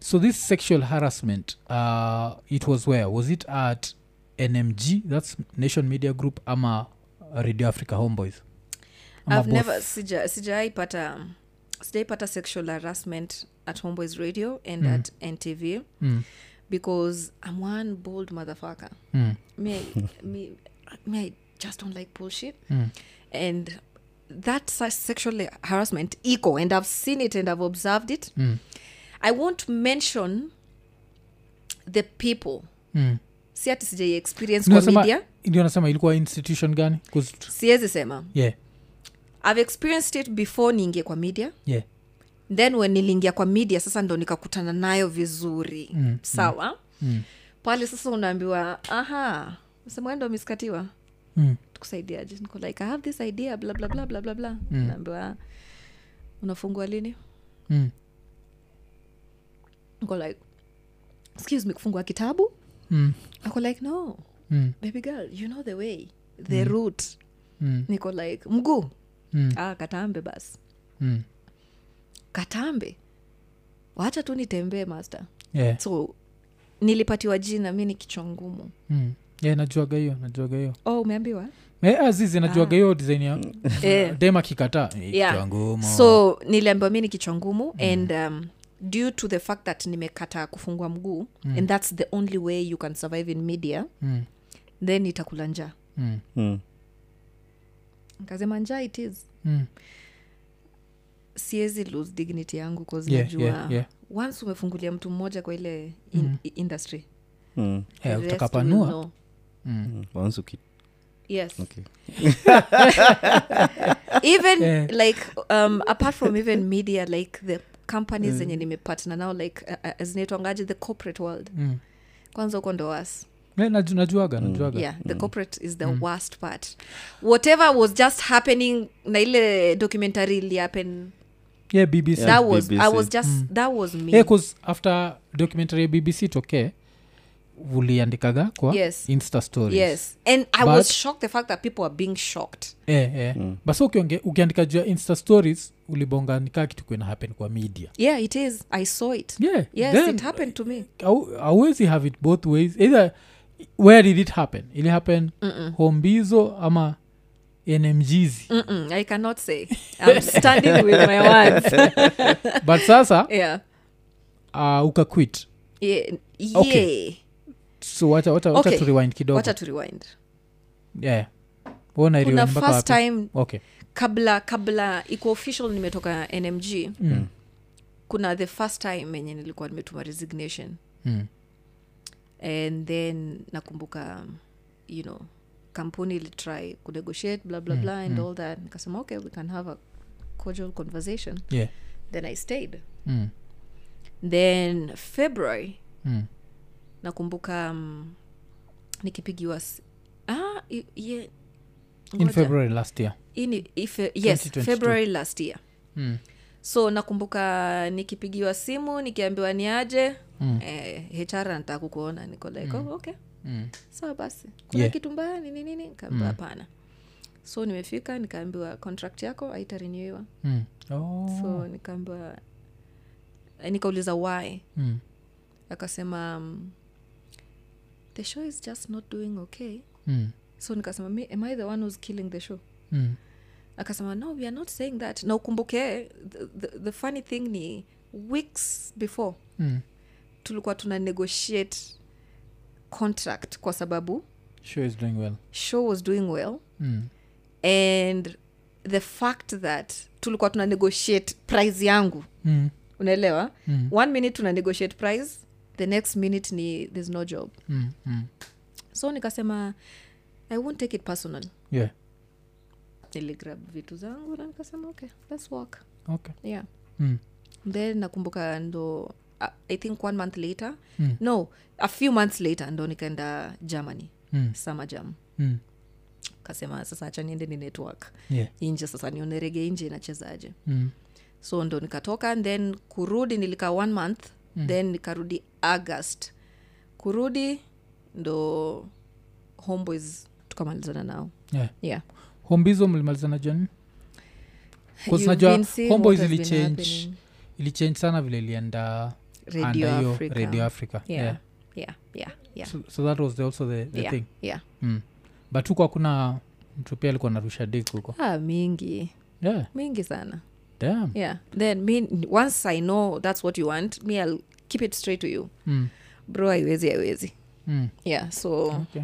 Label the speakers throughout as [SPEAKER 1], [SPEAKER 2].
[SPEAKER 1] so this sexual harassment uh, it was where was it at nmg that's nation media group ama radio africa homeboys Ama
[SPEAKER 2] I've
[SPEAKER 1] both?
[SPEAKER 2] never sija- sijaipata sijaipata sexual harassment at homeboys radio and mm. at ntv
[SPEAKER 1] Mm,
[SPEAKER 2] because i'm one bold motherfucker
[SPEAKER 1] mm,
[SPEAKER 2] me, I- me, me i just don't like bullshit
[SPEAKER 1] mm,
[SPEAKER 2] and that such sexual harassment eco and i've seen it and i've observed it
[SPEAKER 1] mm,
[SPEAKER 2] i won't mention the people
[SPEAKER 1] mm.
[SPEAKER 2] si ati sijai experience kwa
[SPEAKER 1] Unasema-
[SPEAKER 2] media
[SPEAKER 1] ndio nasema ilikuwa institution gani 'Cause t-
[SPEAKER 2] siwezi sema
[SPEAKER 1] yeah,
[SPEAKER 2] i've experienced it before niingie kwa media
[SPEAKER 1] yeah,
[SPEAKER 2] then when niliingia kwa media sasa ndo nikakutana nayo vizuri mm, sawa
[SPEAKER 1] mm,
[SPEAKER 2] pale sasa unaambiwa aha msemwendo miskatiwa
[SPEAKER 1] mm,
[SPEAKER 2] tukusaidiaje niko like i have this idea bla bla bla bla bla bla mm. naambiwa unafungua lini
[SPEAKER 1] mm,
[SPEAKER 2] niko like excuse me kufungua kitabu
[SPEAKER 1] mm,
[SPEAKER 2] ako like no
[SPEAKER 1] mm,
[SPEAKER 2] baby girl you know the way the mm. root
[SPEAKER 1] mm,
[SPEAKER 2] niko like mguu
[SPEAKER 1] Mm.
[SPEAKER 2] ah, katambe basi
[SPEAKER 1] mm.
[SPEAKER 2] katambe wacha tu nitembee master
[SPEAKER 1] yeah,
[SPEAKER 2] so nilipatiwa jina mi ni kichwa ngumu
[SPEAKER 1] mm. yeah najuaga hiyo najuaga hiyo
[SPEAKER 2] oh umeambiwa
[SPEAKER 1] Eh, azizi najuaga hiyo design ya
[SPEAKER 2] Eh.
[SPEAKER 1] dem akikataa eh,
[SPEAKER 2] Ah. Yeah.
[SPEAKER 1] kichwa ngumu.
[SPEAKER 2] so niliambiwa mi ni kichwa ngumu mm. and um, due to the fact that nimekata kufungua mguu mm. and that's the only way you can survive in media
[SPEAKER 1] Mm,
[SPEAKER 2] then itakula njaa
[SPEAKER 1] mm,
[SPEAKER 3] Mm.
[SPEAKER 2] nkasema njaa it is
[SPEAKER 1] mm.
[SPEAKER 2] siwezi lose dignity yangu cause
[SPEAKER 1] Yeah,
[SPEAKER 2] najua
[SPEAKER 1] yeah, yeah.
[SPEAKER 2] once umefungulia mtu mmoja kwa ile in, mm. industry
[SPEAKER 3] Mm.
[SPEAKER 2] the
[SPEAKER 1] Eh,
[SPEAKER 2] rest
[SPEAKER 1] utakapanua
[SPEAKER 2] will know.
[SPEAKER 3] Mm. Once uki-
[SPEAKER 2] yes
[SPEAKER 3] okay.
[SPEAKER 2] even
[SPEAKER 1] Eh.
[SPEAKER 2] like um, apart from even media like the companies zenye nimepartna now like uh, uh, zinaitwangaje the corporate world
[SPEAKER 1] Mm.
[SPEAKER 2] kwanza huko ndo was
[SPEAKER 1] Eh, naju- najuaga najuaga
[SPEAKER 2] yeah the corporate is the
[SPEAKER 1] Mm.
[SPEAKER 2] worst part whatever was just happening na ile documentary ili happen
[SPEAKER 1] yeah bbc
[SPEAKER 2] that was i
[SPEAKER 3] BBC.
[SPEAKER 2] was just
[SPEAKER 1] Mm.
[SPEAKER 2] that was me
[SPEAKER 1] yeah, 'cause after documentary ya bbc toke uliandikaga kwa
[SPEAKER 2] Yes.
[SPEAKER 1] insta stories
[SPEAKER 2] yes and i
[SPEAKER 1] But-
[SPEAKER 2] was shocked the fact that people are being shocked
[SPEAKER 1] eh, eh. basa ukionge- ukiandika juu ya insta stories ulibonga nikaa kitu kuena happen kwa media
[SPEAKER 2] yeah it is i saw it
[SPEAKER 1] yeah
[SPEAKER 2] yes
[SPEAKER 1] then,
[SPEAKER 2] it happened to me
[SPEAKER 1] au- hauwezi have it both ways either where did it happen ili happen hombizo ama nmgz
[SPEAKER 2] Mm-mm, i cannot say i'm standing with my words
[SPEAKER 1] but sasa
[SPEAKER 2] yeah
[SPEAKER 1] uh, ukaquit
[SPEAKER 2] yeah, yeah.
[SPEAKER 1] Okay. so wacha, wacha, wacha
[SPEAKER 2] Okay.
[SPEAKER 1] to rewind kidogo
[SPEAKER 2] wacha to rewind
[SPEAKER 1] yeah. Ona
[SPEAKER 2] kuna
[SPEAKER 1] rewind mpaka
[SPEAKER 2] first
[SPEAKER 1] wapi?
[SPEAKER 2] time
[SPEAKER 1] okay
[SPEAKER 2] kabla kabla iko official nimetoka nmg mm. kuna the first time enye nilikuwa nimetuma resignation
[SPEAKER 1] Mm.
[SPEAKER 2] and then nakumbuka you know kampuni ilitry kunegotiate bla
[SPEAKER 1] Mm,
[SPEAKER 2] bla bla and all that nikasema okay we can have a cordial conversation
[SPEAKER 1] yeah
[SPEAKER 2] then i stayed
[SPEAKER 1] mm.
[SPEAKER 2] then february
[SPEAKER 1] Mm.
[SPEAKER 2] nakumbuka um, nikipigiwa s- ah, i- ye-
[SPEAKER 1] in
[SPEAKER 2] ngoja.
[SPEAKER 1] february last year
[SPEAKER 2] Hii ni- ife- yes
[SPEAKER 1] 2022.
[SPEAKER 2] february last year
[SPEAKER 1] Mm.
[SPEAKER 2] so nakumbuka nikipigiwa simu nikiambiwa ni aje
[SPEAKER 1] Hmm.
[SPEAKER 2] mm. eh, hr anataka kukuona niko like mm. oh, okay
[SPEAKER 1] Mm.
[SPEAKER 2] sawa basi kuna
[SPEAKER 1] Yeah. Hmm.
[SPEAKER 2] kitu mbaya nini nini kaambiwa hapana so nimefika nikaambiwa contract yako haitarenewiwa
[SPEAKER 1] Mm. Oh.
[SPEAKER 2] so nikaambiwa eh, nikauliza why
[SPEAKER 1] Mm.
[SPEAKER 2] akasema um, the show is just not doing okay
[SPEAKER 1] Mm.
[SPEAKER 2] so nikasema "Me- am i the one who's killing the show
[SPEAKER 1] Mm.
[SPEAKER 2] akasema no we are not saying that na ukumbuke eh, the, the, the funny thing ni weeks before
[SPEAKER 1] Mm.
[SPEAKER 2] tulikuwa tuna negotiate contract kwa sababu
[SPEAKER 1] Sure is doing well.
[SPEAKER 2] show was doing well
[SPEAKER 1] Mm.
[SPEAKER 2] and the fact that tulikuwa tuna negotiate price yangu
[SPEAKER 1] Mm.
[SPEAKER 2] unaelewa
[SPEAKER 1] Mm.
[SPEAKER 2] one minute tuna negotiate price the next minute ni there's no job
[SPEAKER 1] Mm. Mm.
[SPEAKER 2] so nikasema i won't take it personal
[SPEAKER 1] Yeah.
[SPEAKER 2] niligrab vitu zangu na nikasema okay let's walk
[SPEAKER 1] Okay.
[SPEAKER 2] yeah
[SPEAKER 1] Mm.
[SPEAKER 2] then nakumbuka ndo uh, i think one month later
[SPEAKER 1] Mm.
[SPEAKER 2] no a few months later ndo nikaenda germany
[SPEAKER 1] Mm.
[SPEAKER 2] summer jam
[SPEAKER 1] Mm.
[SPEAKER 2] kasema sasa acha niende ni network
[SPEAKER 1] Yeah.
[SPEAKER 2] inje sasa nione rege inje inachezaje
[SPEAKER 1] Mm.
[SPEAKER 2] so ndo nikatoka and then kurudi nilikaa one month mm. then nikarudi august kurudi ndo homeboys tukamalizana nao
[SPEAKER 1] Yeah.
[SPEAKER 2] yeah
[SPEAKER 1] hombizo mlimalizana jani
[SPEAKER 2] You've
[SPEAKER 1] najua
[SPEAKER 2] been seeing
[SPEAKER 1] homeboys
[SPEAKER 2] what has been
[SPEAKER 1] ilichange
[SPEAKER 2] happening.
[SPEAKER 1] ilichange sana vile ilienda
[SPEAKER 2] radio
[SPEAKER 1] under hiyo
[SPEAKER 2] africa
[SPEAKER 1] radio africa
[SPEAKER 2] yeah.
[SPEAKER 1] yeah.
[SPEAKER 2] Yeah. Yeah. Yeah. Yeah.
[SPEAKER 1] So, so that was the, also the, the
[SPEAKER 2] yeah.
[SPEAKER 1] thing
[SPEAKER 2] yeah.
[SPEAKER 1] mm. but huko hakuna mtu pia alikuwa narusha dik huko
[SPEAKER 2] ah, mingi
[SPEAKER 1] yeah
[SPEAKER 2] mingi sana
[SPEAKER 1] damn
[SPEAKER 2] yeah then me once i know that's what you want me i'll keep it straight to you
[SPEAKER 1] mm.
[SPEAKER 2] bro haiwezi haiwezi
[SPEAKER 1] Mm.
[SPEAKER 2] yeah so
[SPEAKER 1] Okay.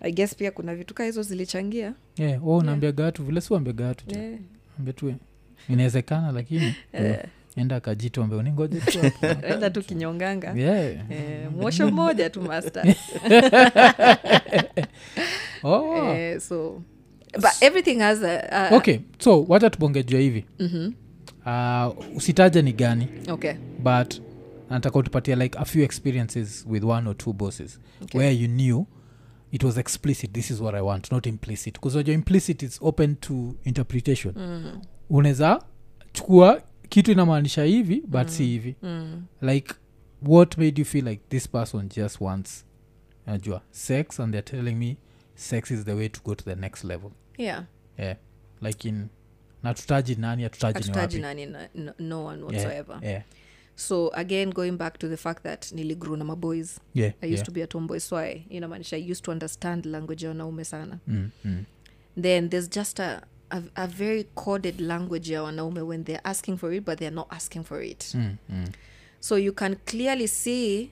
[SPEAKER 2] i guess pia kuna vitu kaa hizo zilichangia Eh,
[SPEAKER 1] yeah oh, unaambiaga watu vile si uambiaga watu yeah.
[SPEAKER 2] yeah.
[SPEAKER 1] ambetue inawezekana lakini
[SPEAKER 2] Eh.
[SPEAKER 1] enda akajitombe uningoje tu hapo.
[SPEAKER 2] enda tu kinyonganga
[SPEAKER 1] yeah.
[SPEAKER 2] Eh, mwosho mmoja tu master
[SPEAKER 1] oh.
[SPEAKER 2] Eh, so but everything has a, mm-hmm. a
[SPEAKER 1] okay so wacha tubongejua hivi uh, usitaje ni gani
[SPEAKER 2] okay
[SPEAKER 1] but nataka utupatia like a few experiences with one or two bosses okay. where you knew it was explicit this is what i want not implicit because unajua implicit is open to interpretation
[SPEAKER 2] Mm-hmm.
[SPEAKER 1] mm. unaweza chukua kitu inamaanisha hivi but mm. si hivi mm.
[SPEAKER 2] Mm-hmm.
[SPEAKER 1] like what made you feel like this person just wants najua sex and they're telling me sex is the way to go to the next level
[SPEAKER 2] yeah
[SPEAKER 1] yeah. like in natutaji nani atutaji ni
[SPEAKER 2] hatutaji
[SPEAKER 1] wapi
[SPEAKER 2] nani na, no, no one
[SPEAKER 1] Yeah,
[SPEAKER 2] whatsoever
[SPEAKER 1] yeah,
[SPEAKER 2] so again going back to the fact that niligrew na maboys
[SPEAKER 1] yeah,
[SPEAKER 2] i used
[SPEAKER 1] yeah.
[SPEAKER 2] to be a tomboy so i inamaanisha i used to understand language ya wanaume sana
[SPEAKER 1] Mm, mm.
[SPEAKER 2] then there's just a, a, a very coded language ya wanaume when they're asking for it but they're not asking for it
[SPEAKER 1] Mm, mm.
[SPEAKER 2] so you can clearly see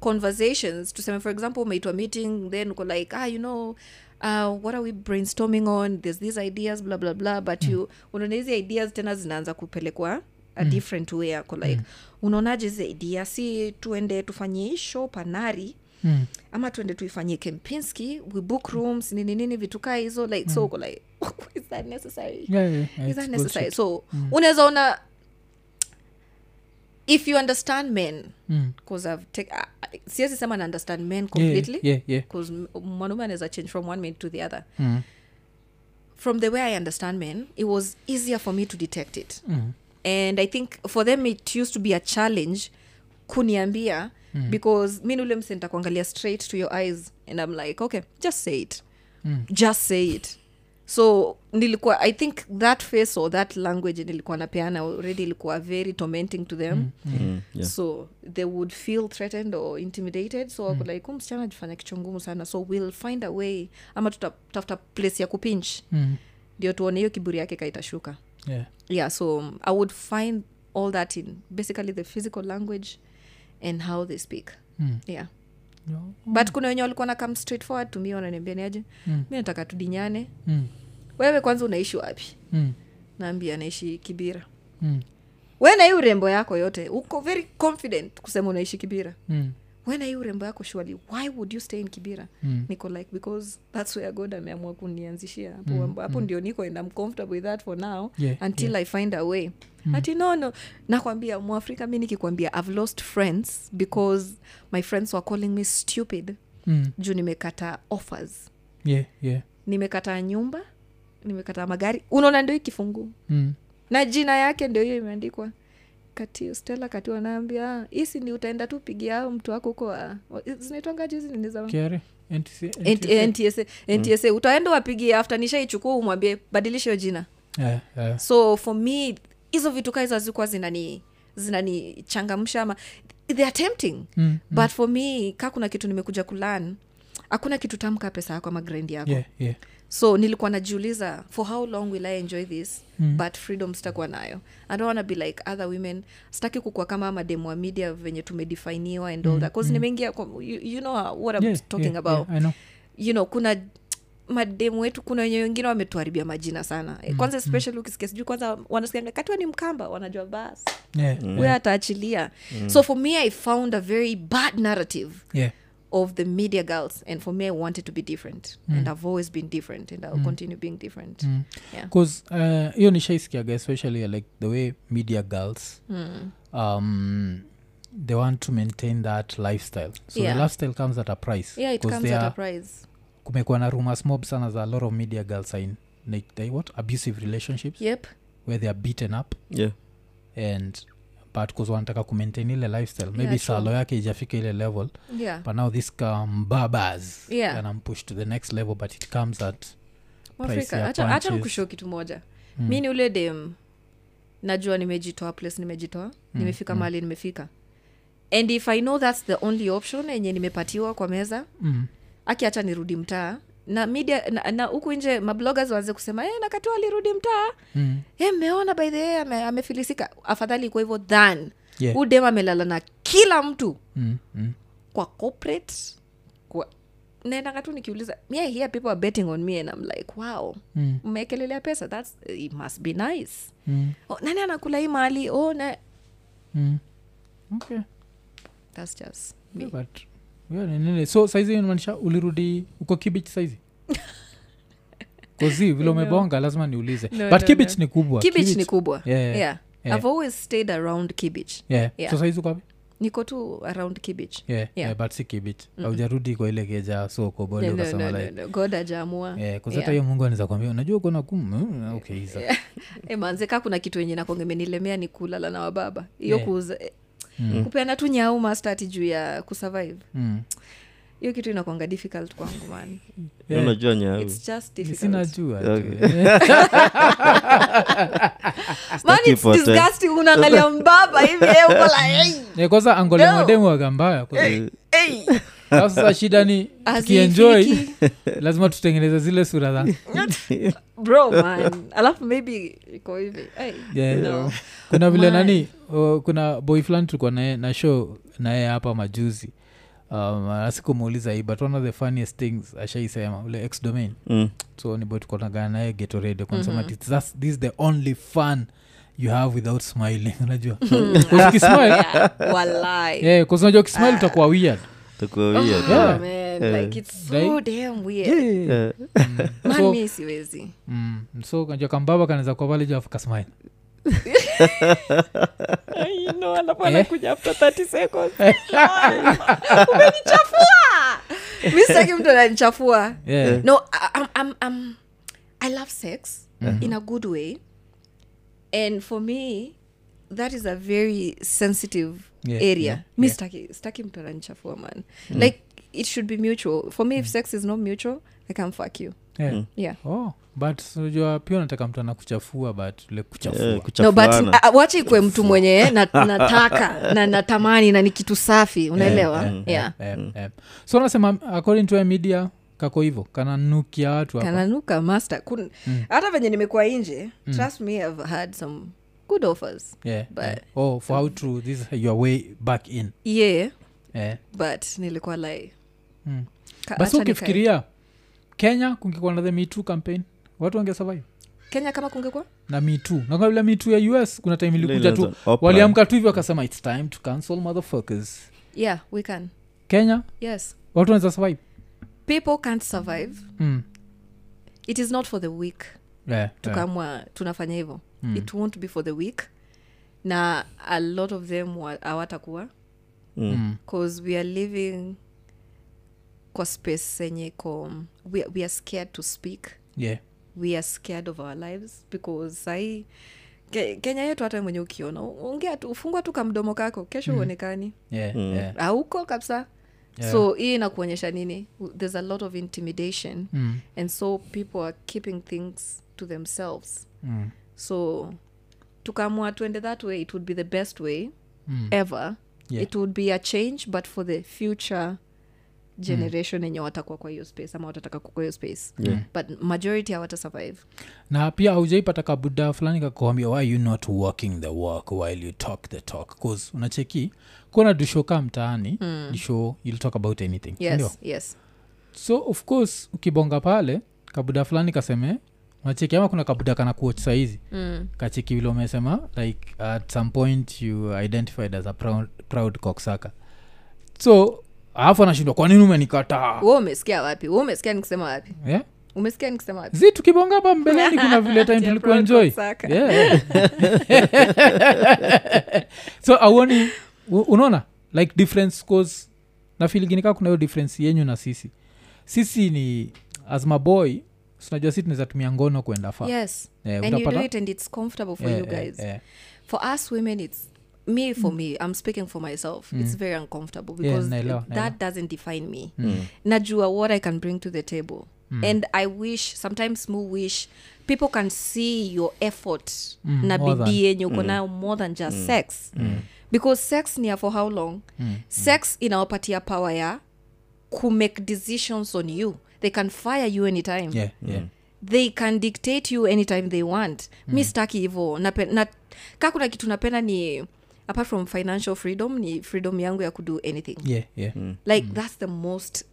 [SPEAKER 2] conversations tuseme for example umeitwa meeting then uko like ah you know Uh, what are we brainstorming on there's these ideas blah blah blah but you unaona hizi ideas tena zinaanza kupelekwa a different way ako like unaonaje hizi idea si tuende tufanye hii show panari
[SPEAKER 1] Mm.
[SPEAKER 2] ama tuende tuifanyie kempinski we book rooms nini nini vitu kaa hizo like so uko like is that necessary
[SPEAKER 1] Yeah, yeah, yeah,
[SPEAKER 2] is that
[SPEAKER 1] it's Mm.
[SPEAKER 2] necessary
[SPEAKER 1] bullshit.
[SPEAKER 2] so unaweza ona if you understand men
[SPEAKER 1] Mm.
[SPEAKER 2] because i've take I- I- siwezi sema na understand men
[SPEAKER 1] Yeah, yeah,
[SPEAKER 2] completely
[SPEAKER 1] yeah, yeah.
[SPEAKER 2] because mwanaume anaweza change from one man to the other
[SPEAKER 1] Mm,
[SPEAKER 2] from the way i understand men it was easier for me to detect it
[SPEAKER 1] mm,
[SPEAKER 2] and i think for them it used to be a challenge kuniambia mm. because mi nule msenta kuangalia straight to your eyes and i'm like okay just say it mm. just say it so nilikuwa i think that face or that language nilikuwa napeana already ilikuwa very tormenting to them mm.
[SPEAKER 3] Mm, yeah.
[SPEAKER 2] so they would feel threatened or intimidated so mm. like "Huyu msichana ajifanya kitu ngumu sana so we'll find a way ama tutatafuta place ya kupinch
[SPEAKER 1] mm.
[SPEAKER 2] ndio tuone hiyo kiburi yake kaitashuka
[SPEAKER 1] Yeah.
[SPEAKER 2] yeah so um, i would find all that in basically the physical language and how they speak
[SPEAKER 1] Mm.
[SPEAKER 2] yeah
[SPEAKER 1] No.
[SPEAKER 2] but kuna wenye walikuwa na come straight forward to me wananiambia niaje
[SPEAKER 1] Mm.
[SPEAKER 2] mi nataka tudinyane
[SPEAKER 1] Mm,
[SPEAKER 2] wewe kwanza unaishi wapi
[SPEAKER 1] mm,
[SPEAKER 2] naambia naishi kibira
[SPEAKER 1] mm,
[SPEAKER 2] we na hii urembo yako yote uko very confident kusema unaishi kibira
[SPEAKER 1] mm,
[SPEAKER 2] we na hii urembo yako shuali why would you stay in kibira
[SPEAKER 1] mm.
[SPEAKER 2] niko like because that's where god ameamua kunianzishia hapo mm, hapo ndio niko and I'm comfortable with that for now
[SPEAKER 1] Yeah,
[SPEAKER 2] until i find a way mm. ati no no nakwambia mwafrika mi nikikwambia i've lost friends because my friends were calling me stupid
[SPEAKER 1] Mm.
[SPEAKER 2] juu nimekata offers
[SPEAKER 1] Yeah, yeah.
[SPEAKER 2] nimekata nyumba nimekata magari unaona ndio hii kifungu
[SPEAKER 1] Mm.
[SPEAKER 2] na jina yake ndio hiyo imeandikwa kati stela kati wanaambia hisi ni utaenda tu pigia hao mtu wako huko wa- wa- zinaitwangaji hizi nini za
[SPEAKER 1] Kiare? NTC?
[SPEAKER 2] Nt-
[SPEAKER 1] NTC?
[SPEAKER 2] ntsa ntsa utaenda wapigie after nishaichukua umwambie badilisha hiyo jina
[SPEAKER 1] Yeah, yeah.
[SPEAKER 2] so for me hizo vitu kaa hizo hazikuwa zinani zinanichangamsha ama they are tempting
[SPEAKER 1] Mm,
[SPEAKER 2] but for me ka kuna kitu nimekuja kulan hakuna kitu tamka pesa yako ama grind yako
[SPEAKER 1] Yeah, yeah.
[SPEAKER 2] so nilikuwa najiuliza for how long will i enjoy this mm. but freedom sitakuwa nayo i don't wanna be like other women sitaki kukuwa kama mademu wa media venye tumedefiniwa and all that bcause nimeingia kwa- you, you know what i'm
[SPEAKER 1] Mm. Yeah,
[SPEAKER 2] talking
[SPEAKER 1] yeah,
[SPEAKER 2] about
[SPEAKER 1] yeah, I know.
[SPEAKER 2] you know kuna mademu wetu kuna wenye wengine wametuharibia majina sana mm. kwanza especially ukisikia sijui kwanza wanasikianga katiwa ni mkamba wanajua bas
[SPEAKER 1] Yeah,
[SPEAKER 2] mm. we ataachilia mm. so for me i found a very bad narrative
[SPEAKER 1] yeah.
[SPEAKER 2] of the media girls and for me i wanted to be different mm. and i've always been different and i'll mm. continue being different mm. yeah.
[SPEAKER 1] 'Cause, uh, hiyo nishaisikiaga especially uh, like the way media girls
[SPEAKER 2] mm.
[SPEAKER 1] um, they want to maintain that lifestyle so
[SPEAKER 2] Yeah.
[SPEAKER 1] the lifestyle comes at a price
[SPEAKER 2] yeah it
[SPEAKER 1] 'Cause
[SPEAKER 2] comes
[SPEAKER 1] they
[SPEAKER 2] at a
[SPEAKER 1] are-
[SPEAKER 2] price
[SPEAKER 1] kumekuwa na rumors mob sana za a lot of media girls are in like they what abusive relationships
[SPEAKER 2] yep
[SPEAKER 1] where they are beaten up
[SPEAKER 3] Yeah.
[SPEAKER 1] and but bcause wanataka kumaintain ile lifestyle maybe
[SPEAKER 2] Yeah, true.
[SPEAKER 1] salo yake ijafika ile level
[SPEAKER 2] yeah
[SPEAKER 1] but now this kambabas
[SPEAKER 2] Yeah.
[SPEAKER 1] anampush to the next level but it comes at price
[SPEAKER 2] mwafrika
[SPEAKER 1] ya
[SPEAKER 2] hacha hacha
[SPEAKER 1] punches. Hmm.
[SPEAKER 2] nikushow kitu moja mm.
[SPEAKER 1] Hmm,
[SPEAKER 2] mi ni ule dem najua nimejitoa place nimejitoa mm. nimefika mm. mahali nimefika and if i know that's the only option yenye nimepatiwa kwa meza
[SPEAKER 1] mm.
[SPEAKER 2] aki hata nirudi mtaa na media na- na huku nje mabloggers waanze kusema e, nakatoa alirudi mtaa
[SPEAKER 1] Mm.
[SPEAKER 2] e, mmeona by the way ame, amefilisika afadhali kwa hivyo than
[SPEAKER 1] Yeah.
[SPEAKER 2] huu dem amelala na kila mtu
[SPEAKER 1] Mm. Mm.
[SPEAKER 2] kwa corporate kwa naendanga tu nikiuliza mi I hear people are betting on me and I'm like wow
[SPEAKER 1] Mm.
[SPEAKER 2] mmeekelelea pesa that's eh, it must be nice
[SPEAKER 1] Mm.
[SPEAKER 2] oh, nani anakula hii mahali oh, na,
[SPEAKER 1] Mm. okay
[SPEAKER 2] that's just
[SPEAKER 1] Yeah,
[SPEAKER 2] me.
[SPEAKER 1] but yeah, ni- ni- ni- so saizi maanisha ulirudi uko kibich saizi kozi vile umebonga lazima niulize
[SPEAKER 2] No,
[SPEAKER 1] but
[SPEAKER 2] no,
[SPEAKER 1] kibich ni kubwa
[SPEAKER 2] kibich ni kubwa
[SPEAKER 1] Yeah, yeah,
[SPEAKER 2] yeah.
[SPEAKER 1] yeah.
[SPEAKER 2] i've always stayed around kibich
[SPEAKER 1] yeah.
[SPEAKER 2] Yeah.
[SPEAKER 1] so saizi uko wapi?
[SPEAKER 2] niko tu around kibich
[SPEAKER 1] yeah. yeah.
[SPEAKER 2] Yeah.
[SPEAKER 1] but si kibich aujarudi kwa ile keja so kobole
[SPEAKER 2] No, no,
[SPEAKER 1] ukasema
[SPEAKER 2] no, no,
[SPEAKER 1] like
[SPEAKER 2] no. god ajaamua
[SPEAKER 1] Eh, 'cause hata
[SPEAKER 2] Yeah.
[SPEAKER 1] hiyo mungu anaweza kwambia unajua uko na kumu mm, okay, isa."
[SPEAKER 2] e, manze ka kuna kitu yenye nakongimenilemea ni kulala na wababa hiyo
[SPEAKER 1] Yeah.
[SPEAKER 2] kuuza eh, kupeana tu nyau mastati juu ya kusurvive
[SPEAKER 1] Mm.
[SPEAKER 2] hiyo kitu inakwanga difficult kwangu man
[SPEAKER 1] Yeah.
[SPEAKER 3] unajua nyau
[SPEAKER 2] it's just
[SPEAKER 1] Ni
[SPEAKER 2] difficult
[SPEAKER 1] sinajua
[SPEAKER 3] Okay.
[SPEAKER 1] tu.
[SPEAKER 2] Ah, man
[SPEAKER 3] Sitaki
[SPEAKER 2] it's
[SPEAKER 3] ipote.
[SPEAKER 2] disgusting unaangalia mbaba hivi eh, uko like, "Hey,
[SPEAKER 1] Eh, kwanza angolia
[SPEAKER 2] No.
[SPEAKER 1] mademu wagambaya kwanza.
[SPEAKER 2] hey."
[SPEAKER 1] Sasa sasa shida ni
[SPEAKER 2] Hazifiki.
[SPEAKER 1] tukienjoi lazima tutengeneze zile sura za
[SPEAKER 2] bro man alafu maybe iko hivi Hey,
[SPEAKER 1] Yeah.
[SPEAKER 2] no.
[SPEAKER 1] kuna vile
[SPEAKER 2] Man.
[SPEAKER 1] nani uh, kuna boy fulani tulikuwa naye na show naye hapa majuzi um, asikumuuliza hii but one of the funniest things ashaisema ule ex domain
[SPEAKER 3] Mm.
[SPEAKER 1] so ni boy tulikuwa tunagana naye geto radio kanasema
[SPEAKER 2] Mm-hmm.
[SPEAKER 1] "This- that's- this is the only fun you have without smiling unajua Because ukismile
[SPEAKER 2] Mm. Yeah, walai.
[SPEAKER 1] yeah, 'cause unajua ukismile utakuwa weird
[SPEAKER 3] Itakuwa
[SPEAKER 2] Oh,
[SPEAKER 3] weird.
[SPEAKER 1] Yeah.
[SPEAKER 2] man,
[SPEAKER 3] Eh.
[SPEAKER 2] like it's so
[SPEAKER 1] Dai-
[SPEAKER 2] damn
[SPEAKER 1] Yeah,
[SPEAKER 2] weird.
[SPEAKER 1] yeah, yeah.
[SPEAKER 3] Eh,
[SPEAKER 2] Man,
[SPEAKER 1] So-
[SPEAKER 2] mi siwezi
[SPEAKER 1] Mm, so unajua kambaba kanaweza kuwa pale juu afu kasmile
[SPEAKER 2] I know, alafu
[SPEAKER 1] Eh?
[SPEAKER 2] anakuja after 30 seconds. umenichafua mi sitaki mtu ananichafua
[SPEAKER 1] yeah.
[SPEAKER 2] no I, I'm, I'm, I'm, i love sex
[SPEAKER 1] Mm-hmm.
[SPEAKER 2] in a good way and for me that is a very sensitive
[SPEAKER 1] Yeah,
[SPEAKER 2] area
[SPEAKER 1] yeah,
[SPEAKER 2] mi
[SPEAKER 1] yeah. Mm.
[SPEAKER 2] staki staki mtu ananichafua man like it should be mutual for me if sex is not mutual i can fuck you
[SPEAKER 1] yeah.
[SPEAKER 2] yeah
[SPEAKER 1] oh but unajua pia unataka mtu anakuchafua but ule kuchafua
[SPEAKER 3] eh,
[SPEAKER 2] no but
[SPEAKER 3] kuchafuana.
[SPEAKER 2] uh, wacha ikwe mtu mwenye na, nataka na natamani na ni kitu safi unaelewa yeah,
[SPEAKER 1] Eh, eh. so nasema according to your media kako hivo kananukia watu hapa
[SPEAKER 2] kananuka master Kun,
[SPEAKER 1] Mm.
[SPEAKER 2] hata venye nimekuwa nje trust me i've had some good offers
[SPEAKER 1] yeah,
[SPEAKER 2] but-
[SPEAKER 1] yeah. oh for how true this is your way back in Eh.
[SPEAKER 2] yeah
[SPEAKER 1] yeah.
[SPEAKER 2] but nilikuwa like
[SPEAKER 1] Mm.
[SPEAKER 2] ka-
[SPEAKER 1] basi
[SPEAKER 2] acha nikae.
[SPEAKER 1] ukifikiria kenya kungekuwa na the metu campaign watu wangesurvive
[SPEAKER 2] kenya kama kungekuwa
[SPEAKER 1] na mitu nakavila mitu ya us kuna time ilikuja tu
[SPEAKER 3] inaitwa Oprah.
[SPEAKER 1] waliamka tu hivyo wakasema its time to cancel motherfuckers
[SPEAKER 2] yeah we can
[SPEAKER 1] kenya
[SPEAKER 2] yes
[SPEAKER 1] watu wanaweza survive
[SPEAKER 2] people can't survive
[SPEAKER 1] mm.
[SPEAKER 2] it is not for the weak
[SPEAKER 1] yeah, yeah. Mm.
[SPEAKER 2] tukamwa tunafanya hivyo it won't be for the weak na a lot of them wa- hawatakuwa
[SPEAKER 1] Mm.
[SPEAKER 2] cause we are living kwa space enye iko we, are- we are scared to speak
[SPEAKER 1] yeah.
[SPEAKER 2] we are scared of our lives because sahii ke, kenya yetu hata mwenye ukiona ongea tu ufungua tu kamdomo kako kesho
[SPEAKER 1] Mm.
[SPEAKER 2] uonekani
[SPEAKER 1] Yeah, yeah.
[SPEAKER 2] auko kabisa yeah. so hii inakuonyesha nini there's a lot of intimidation
[SPEAKER 1] Mm.
[SPEAKER 2] and so people are keeping things to themselves
[SPEAKER 1] Mm.
[SPEAKER 2] so tukamua tuende that way it would be the best way
[SPEAKER 1] Mm.
[SPEAKER 2] ever
[SPEAKER 1] Yeah. Mm.
[SPEAKER 2] it would be a change but for the future generation enye watakuwa kwa hiyo space ama watataka kuwa kwa hiyo space yeah. but majority hawata survive
[SPEAKER 1] na pia aujaipata kabuda fulani kakuambia why you not walking the walk while you talk the talk bcause unacheki kuna dusho ka mtaani mm. disho youll talk about anything
[SPEAKER 2] yes
[SPEAKER 1] sindio?
[SPEAKER 2] yes
[SPEAKER 1] so of course ukibonga pale kabuda fulani kaseme unacheki ama kuna kabuda kana kuoch saizi mm. kacheki vile umesema like at some point you identified as a proud, proud coksaka so alafu anashindwa kwa nini umenikataa
[SPEAKER 2] we umesikia wapi we umesikia nikisema wapi
[SPEAKER 1] yeah?
[SPEAKER 2] umesikia nikisema wapi
[SPEAKER 1] zi tukibonga hapa mbeleni kuna vile time
[SPEAKER 2] Tia
[SPEAKER 1] tulikuwa
[SPEAKER 2] Brown
[SPEAKER 1] enjoy
[SPEAKER 2] Coxsackie.
[SPEAKER 1] Yeah. so auoni u- unaona like difference cause nafiliginika kuna hiyo difference yenyu na sisi sisi ni as maboy tunajua si tunaweza tumia ngono kuenda fa
[SPEAKER 2] yes
[SPEAKER 1] Eh,
[SPEAKER 2] and you do
[SPEAKER 1] utapata-
[SPEAKER 2] it and it's comfortable for
[SPEAKER 1] Eh,
[SPEAKER 2] you
[SPEAKER 1] eh,
[SPEAKER 2] guys
[SPEAKER 1] eh.
[SPEAKER 2] for us women it's me for me i'm speaking for myself it's very uncomfortable
[SPEAKER 1] Mm. Yeah,
[SPEAKER 2] because
[SPEAKER 1] naelewa, Mm.
[SPEAKER 2] that
[SPEAKER 1] naelewa.
[SPEAKER 2] doesn't define me najua what i can bring to the table
[SPEAKER 1] Mm.
[SPEAKER 2] and i wish sometimes mu wish people can see your effort na
[SPEAKER 1] Mm, more than-
[SPEAKER 2] bidii yenye uko nayo more than just sex because sex ni ya for how long mm. sex inawapatia power ya kumake decisions on you they can fire you anytime
[SPEAKER 1] yeah, yeah.
[SPEAKER 2] they can dictate you anytime they want mm. mi staki hivo Nape- na, ka kuna kitu napenda ni apart from financial freedom ni freedom yangu ya kudo anything
[SPEAKER 1] yeah, yeah.
[SPEAKER 2] like mm. that's the most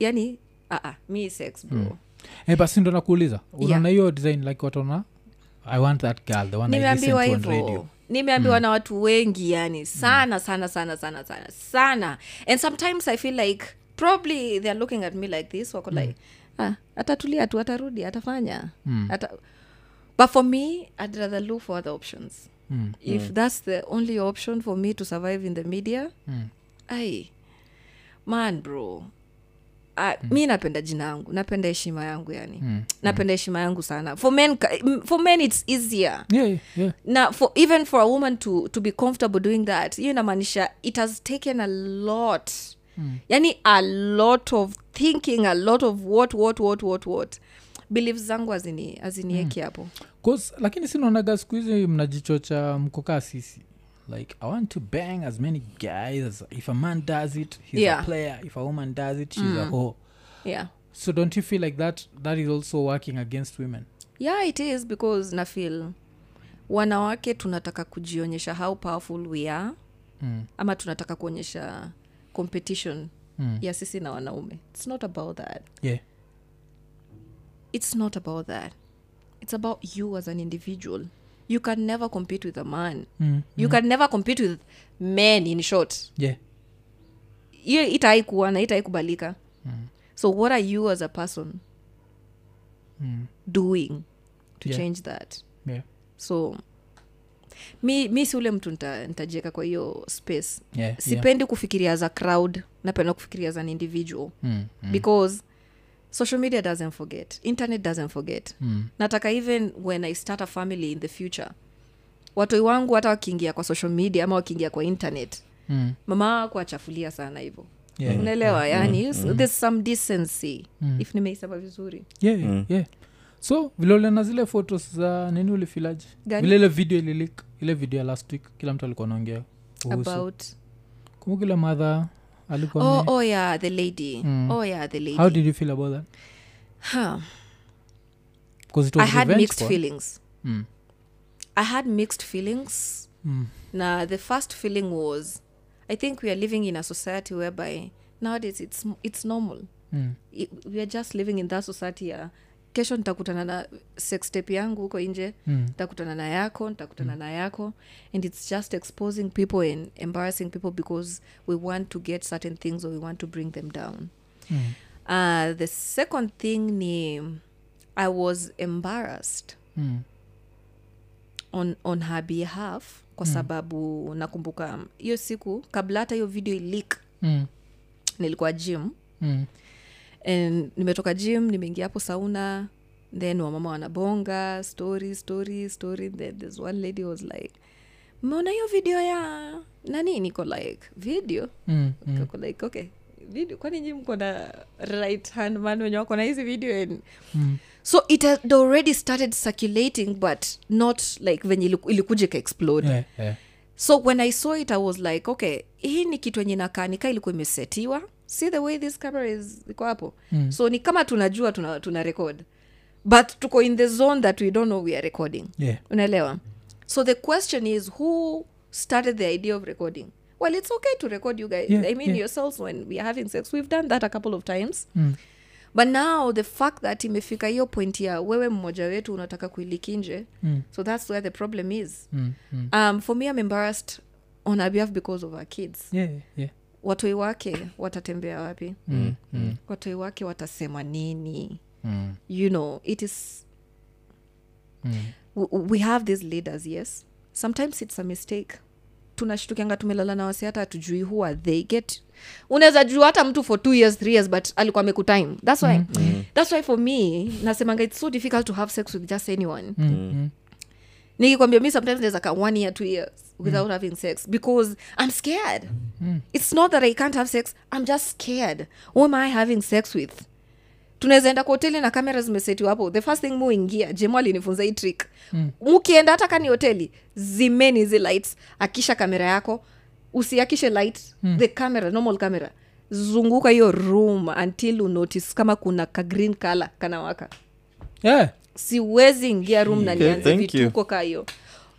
[SPEAKER 2] yani uh-uh, mi sex bro mm.
[SPEAKER 1] Eh, basi ndo nakuuliza unaona hiyo design like watona i want that girl the one I listen
[SPEAKER 2] nimeambiwa
[SPEAKER 1] to on radio Mm.
[SPEAKER 2] hivo nimeambiwa na watu wengi yani sana sana sana sana sana sana and sometimes i feel like probably they're looking at me like
[SPEAKER 1] Mm.
[SPEAKER 2] this wako like ah, atatulia tu atarudi atafanya
[SPEAKER 1] Mm.
[SPEAKER 2] Ata... but for me i'd rather look for other options
[SPEAKER 1] Mm,
[SPEAKER 2] if that's the only option for me to survive in the media
[SPEAKER 1] Mm.
[SPEAKER 2] ai man bro Ah,
[SPEAKER 1] Mm.
[SPEAKER 2] mi napenda jina yangu napenda heshima yangu yani napenda heshima yangu sana for men, ka- m- for men it's easier
[SPEAKER 1] yeah, yeah, yeah.
[SPEAKER 2] na for, even for a woman to, to be comfortable doing that hiyo inamaanisha it has taken a lot mm. yani a lot of thinking a lot of what what what what what belief zangu hazini- hazinieki hapo
[SPEAKER 1] Cause, lakini sinaonaga siku hizi mnajichocha mkokaa sisi like i want to bang as many guys as- if a man does it he's a
[SPEAKER 2] Yeah. Mm.
[SPEAKER 1] player if a woman does it she's a whore
[SPEAKER 2] yeah
[SPEAKER 1] so don't you feel like that that is also working against women
[SPEAKER 2] yeah it is because na feel wanawake tunataka kujionyesha how powerful we are
[SPEAKER 1] Mm.
[SPEAKER 2] ama tunataka kuonyesha competition mm. ya sisi na wanaume it's not about that
[SPEAKER 1] yeah
[SPEAKER 2] it's not about that it's about you as an individual you can never compete with a man
[SPEAKER 1] Mm,
[SPEAKER 2] you can never compete with men in short
[SPEAKER 1] yeah
[SPEAKER 2] hiyo itaikuwa na itaikubalika
[SPEAKER 1] Mm.
[SPEAKER 2] so what are you as a person doing to
[SPEAKER 1] Mm. Yeah.
[SPEAKER 2] change that
[SPEAKER 1] yeah
[SPEAKER 2] so mi, mi si ule mtu nita- nitajieka kwa hiyo space
[SPEAKER 1] yeah, yeah.
[SPEAKER 2] sipendi kufikiria as a crowd napenda kufikiria as an individual
[SPEAKER 1] Mm, mm,
[SPEAKER 2] because social media doesn't forget internet doesn't forget
[SPEAKER 1] mm.
[SPEAKER 2] nataka even when i start a family in the future watoi wangu hata wakiingia kwa social media ama wakiingia kwa internet
[SPEAKER 1] Mm.
[SPEAKER 2] mama wako achafulia sana hivyo
[SPEAKER 1] Yeah. Mm-hmm. Mm.
[SPEAKER 2] unaelewa yani s- there's some decency if nimeisema vizuri
[SPEAKER 1] yeah, yeah, yeah. so vilole na zile photos za nini ulifilaji
[SPEAKER 2] Gani?
[SPEAKER 1] vile ile video ililik ile video ya last week kila mtu alikuwa naongea
[SPEAKER 2] about
[SPEAKER 1] kumbuka ile madha alikuwa
[SPEAKER 2] oh,
[SPEAKER 1] ame-
[SPEAKER 2] oh yeah the lady oh yeah the lady
[SPEAKER 1] Mm. how did you feel about that
[SPEAKER 2] Huh.
[SPEAKER 1] because it
[SPEAKER 2] i
[SPEAKER 1] was
[SPEAKER 2] had mixed
[SPEAKER 1] revengeful.
[SPEAKER 2] feelings
[SPEAKER 1] Mm.
[SPEAKER 2] i had mixed feelings
[SPEAKER 1] Mm.
[SPEAKER 2] na the first feeling was i think we are living in a society whereby nowadays it's, it's normal
[SPEAKER 1] Mm.
[SPEAKER 2] I- we are just living in that society ya kesho nitakutana na sex tape yangu huko nje
[SPEAKER 1] Mm.
[SPEAKER 2] nitakutana na yako nitakutana na yako and it's just exposing people and embarrassing people because we want to get certain things or we want to bring them down
[SPEAKER 1] Mm.
[SPEAKER 2] uh, the second thing ni i was embarrassed
[SPEAKER 1] Mm.
[SPEAKER 2] on, on her behalf kwa sababu nakumbuka hiyo siku kabla hata hiyo video ilik
[SPEAKER 1] Mm.
[SPEAKER 2] nilikuwa gym
[SPEAKER 1] Mm.
[SPEAKER 2] and nimetoka gym nimeingia hapo sauna then wamama wanabonga story story story then this one lady was like mmeona hiyo video ya nani niko like video
[SPEAKER 1] Mm. Mm.
[SPEAKER 2] Kako like okay video kwani nyi mko na right hand man wenye wako na hizi video and
[SPEAKER 1] Mm.
[SPEAKER 2] so it had already started circulating but not like venye iliku- ilikuja ikaexplode
[SPEAKER 1] Yeah, yeah.
[SPEAKER 2] so when i saw it i was like okay hii ni kitu enye nakanika ilikuwa imesetiwa see the way this camera is iko hapo
[SPEAKER 1] Hmm.
[SPEAKER 2] mm. so ni kama tunajua tuna, tuna record but tuko in the zone that we don't know we are recording
[SPEAKER 1] Yeah.
[SPEAKER 2] unaelewa so the question is who started the idea of recording well it's okay to record you guys
[SPEAKER 1] Yeah,
[SPEAKER 2] i mean
[SPEAKER 1] yeah.
[SPEAKER 2] yourselves when we are having sex we've done that a couple of times
[SPEAKER 1] Mm.
[SPEAKER 2] but now the fact that imefika hiyo point ya wewe mmoja wetu unataka kuilikinje
[SPEAKER 1] Mm.
[SPEAKER 2] so that's where the problem is
[SPEAKER 1] Mm. Mm.
[SPEAKER 2] um, for me i'm embarrassed on her behalf because of her kids
[SPEAKER 1] Yeah, yeah, yeah.
[SPEAKER 2] watoi wake watatembea wapi
[SPEAKER 1] Mm. Mm.
[SPEAKER 2] watoi wake watasema nini
[SPEAKER 1] Mm.
[SPEAKER 2] you know it is
[SPEAKER 1] Mm.
[SPEAKER 2] we, we have these leaders yes sometimes it's a mistake tunashtukianga tumelala na wasi hata hatujui who are they get unaweza jua hata mtu for two years three years but alikuwa amekutime that's why that's why for me nasemanga it's so difficult to have sex with just anyone
[SPEAKER 1] Mm. Mm.
[SPEAKER 2] nikikwambia mi sometimes naweza ka one year two years without having sex because i'm scared it's not that i can't have sex i'm just scared who am i having sex with tunaweza enda kwa hoteli na kamera zimesetiwa hapo the first thing muingia jemu alinifunza hii trick mm. mukienda hata kani hoteli zimeni hizi lights akisha kamera yako usiakishe light mm. the camera normal camera zunguka hiyo room until unotice kama kuna ka green color kanawaka
[SPEAKER 1] yeah.
[SPEAKER 2] siwezi ingia room na
[SPEAKER 3] Okay,
[SPEAKER 2] nianze
[SPEAKER 3] thank you.
[SPEAKER 2] vituko kaa hiyo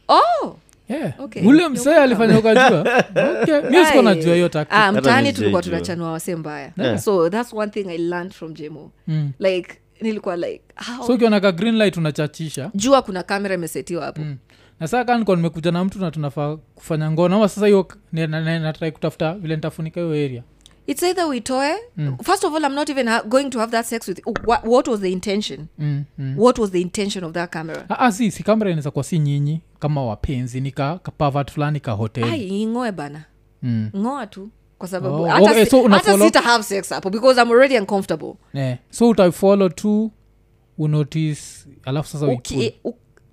[SPEAKER 2] oh
[SPEAKER 1] Yeah.
[SPEAKER 2] Okay.
[SPEAKER 1] ule msee alifanya ukajua okay. mi siko najua hiyo tactic.
[SPEAKER 2] Ah, mtaani
[SPEAKER 3] mimi
[SPEAKER 2] tulikuwa
[SPEAKER 3] sijaijua.
[SPEAKER 2] tunachanua wase mbaya
[SPEAKER 1] Yeah.
[SPEAKER 2] so thats one thing i learned from jemo
[SPEAKER 1] Mm.
[SPEAKER 2] like nilikuwa like how
[SPEAKER 1] so ukiona ka green light unachachisha
[SPEAKER 2] jua kuna kamera imesetiwa hapo
[SPEAKER 1] mm. na saa kanikuwa nimekuja na mtu na tunafaa kufanya ngono ama sasa hiyo ni- na- na- natrai kutafuta vile nitafunika hiyo area
[SPEAKER 2] it's either uitoe
[SPEAKER 1] Mm.
[SPEAKER 2] first of all i'm not even ha- going to have that sex with what, what was the intention
[SPEAKER 1] mm. Mm.
[SPEAKER 2] what was the intention of that camera
[SPEAKER 1] Ah, ah, si si kamera inaweza kuwa si nyinyi kama wapenzi ni ka ka pervert fulani ka hoteli
[SPEAKER 2] ai ngoe bana
[SPEAKER 1] mm.
[SPEAKER 2] ngoa tu kwa sababu
[SPEAKER 1] Oh,
[SPEAKER 2] hata,
[SPEAKER 1] okay,
[SPEAKER 2] si,
[SPEAKER 1] so una
[SPEAKER 2] hata
[SPEAKER 1] follow-
[SPEAKER 2] sita have sex hapo because i'm already uncomfortable
[SPEAKER 1] yeah. eh. so utafollow tu unotice alafu sasa
[SPEAKER 2] Uki-
[SPEAKER 1] uipull.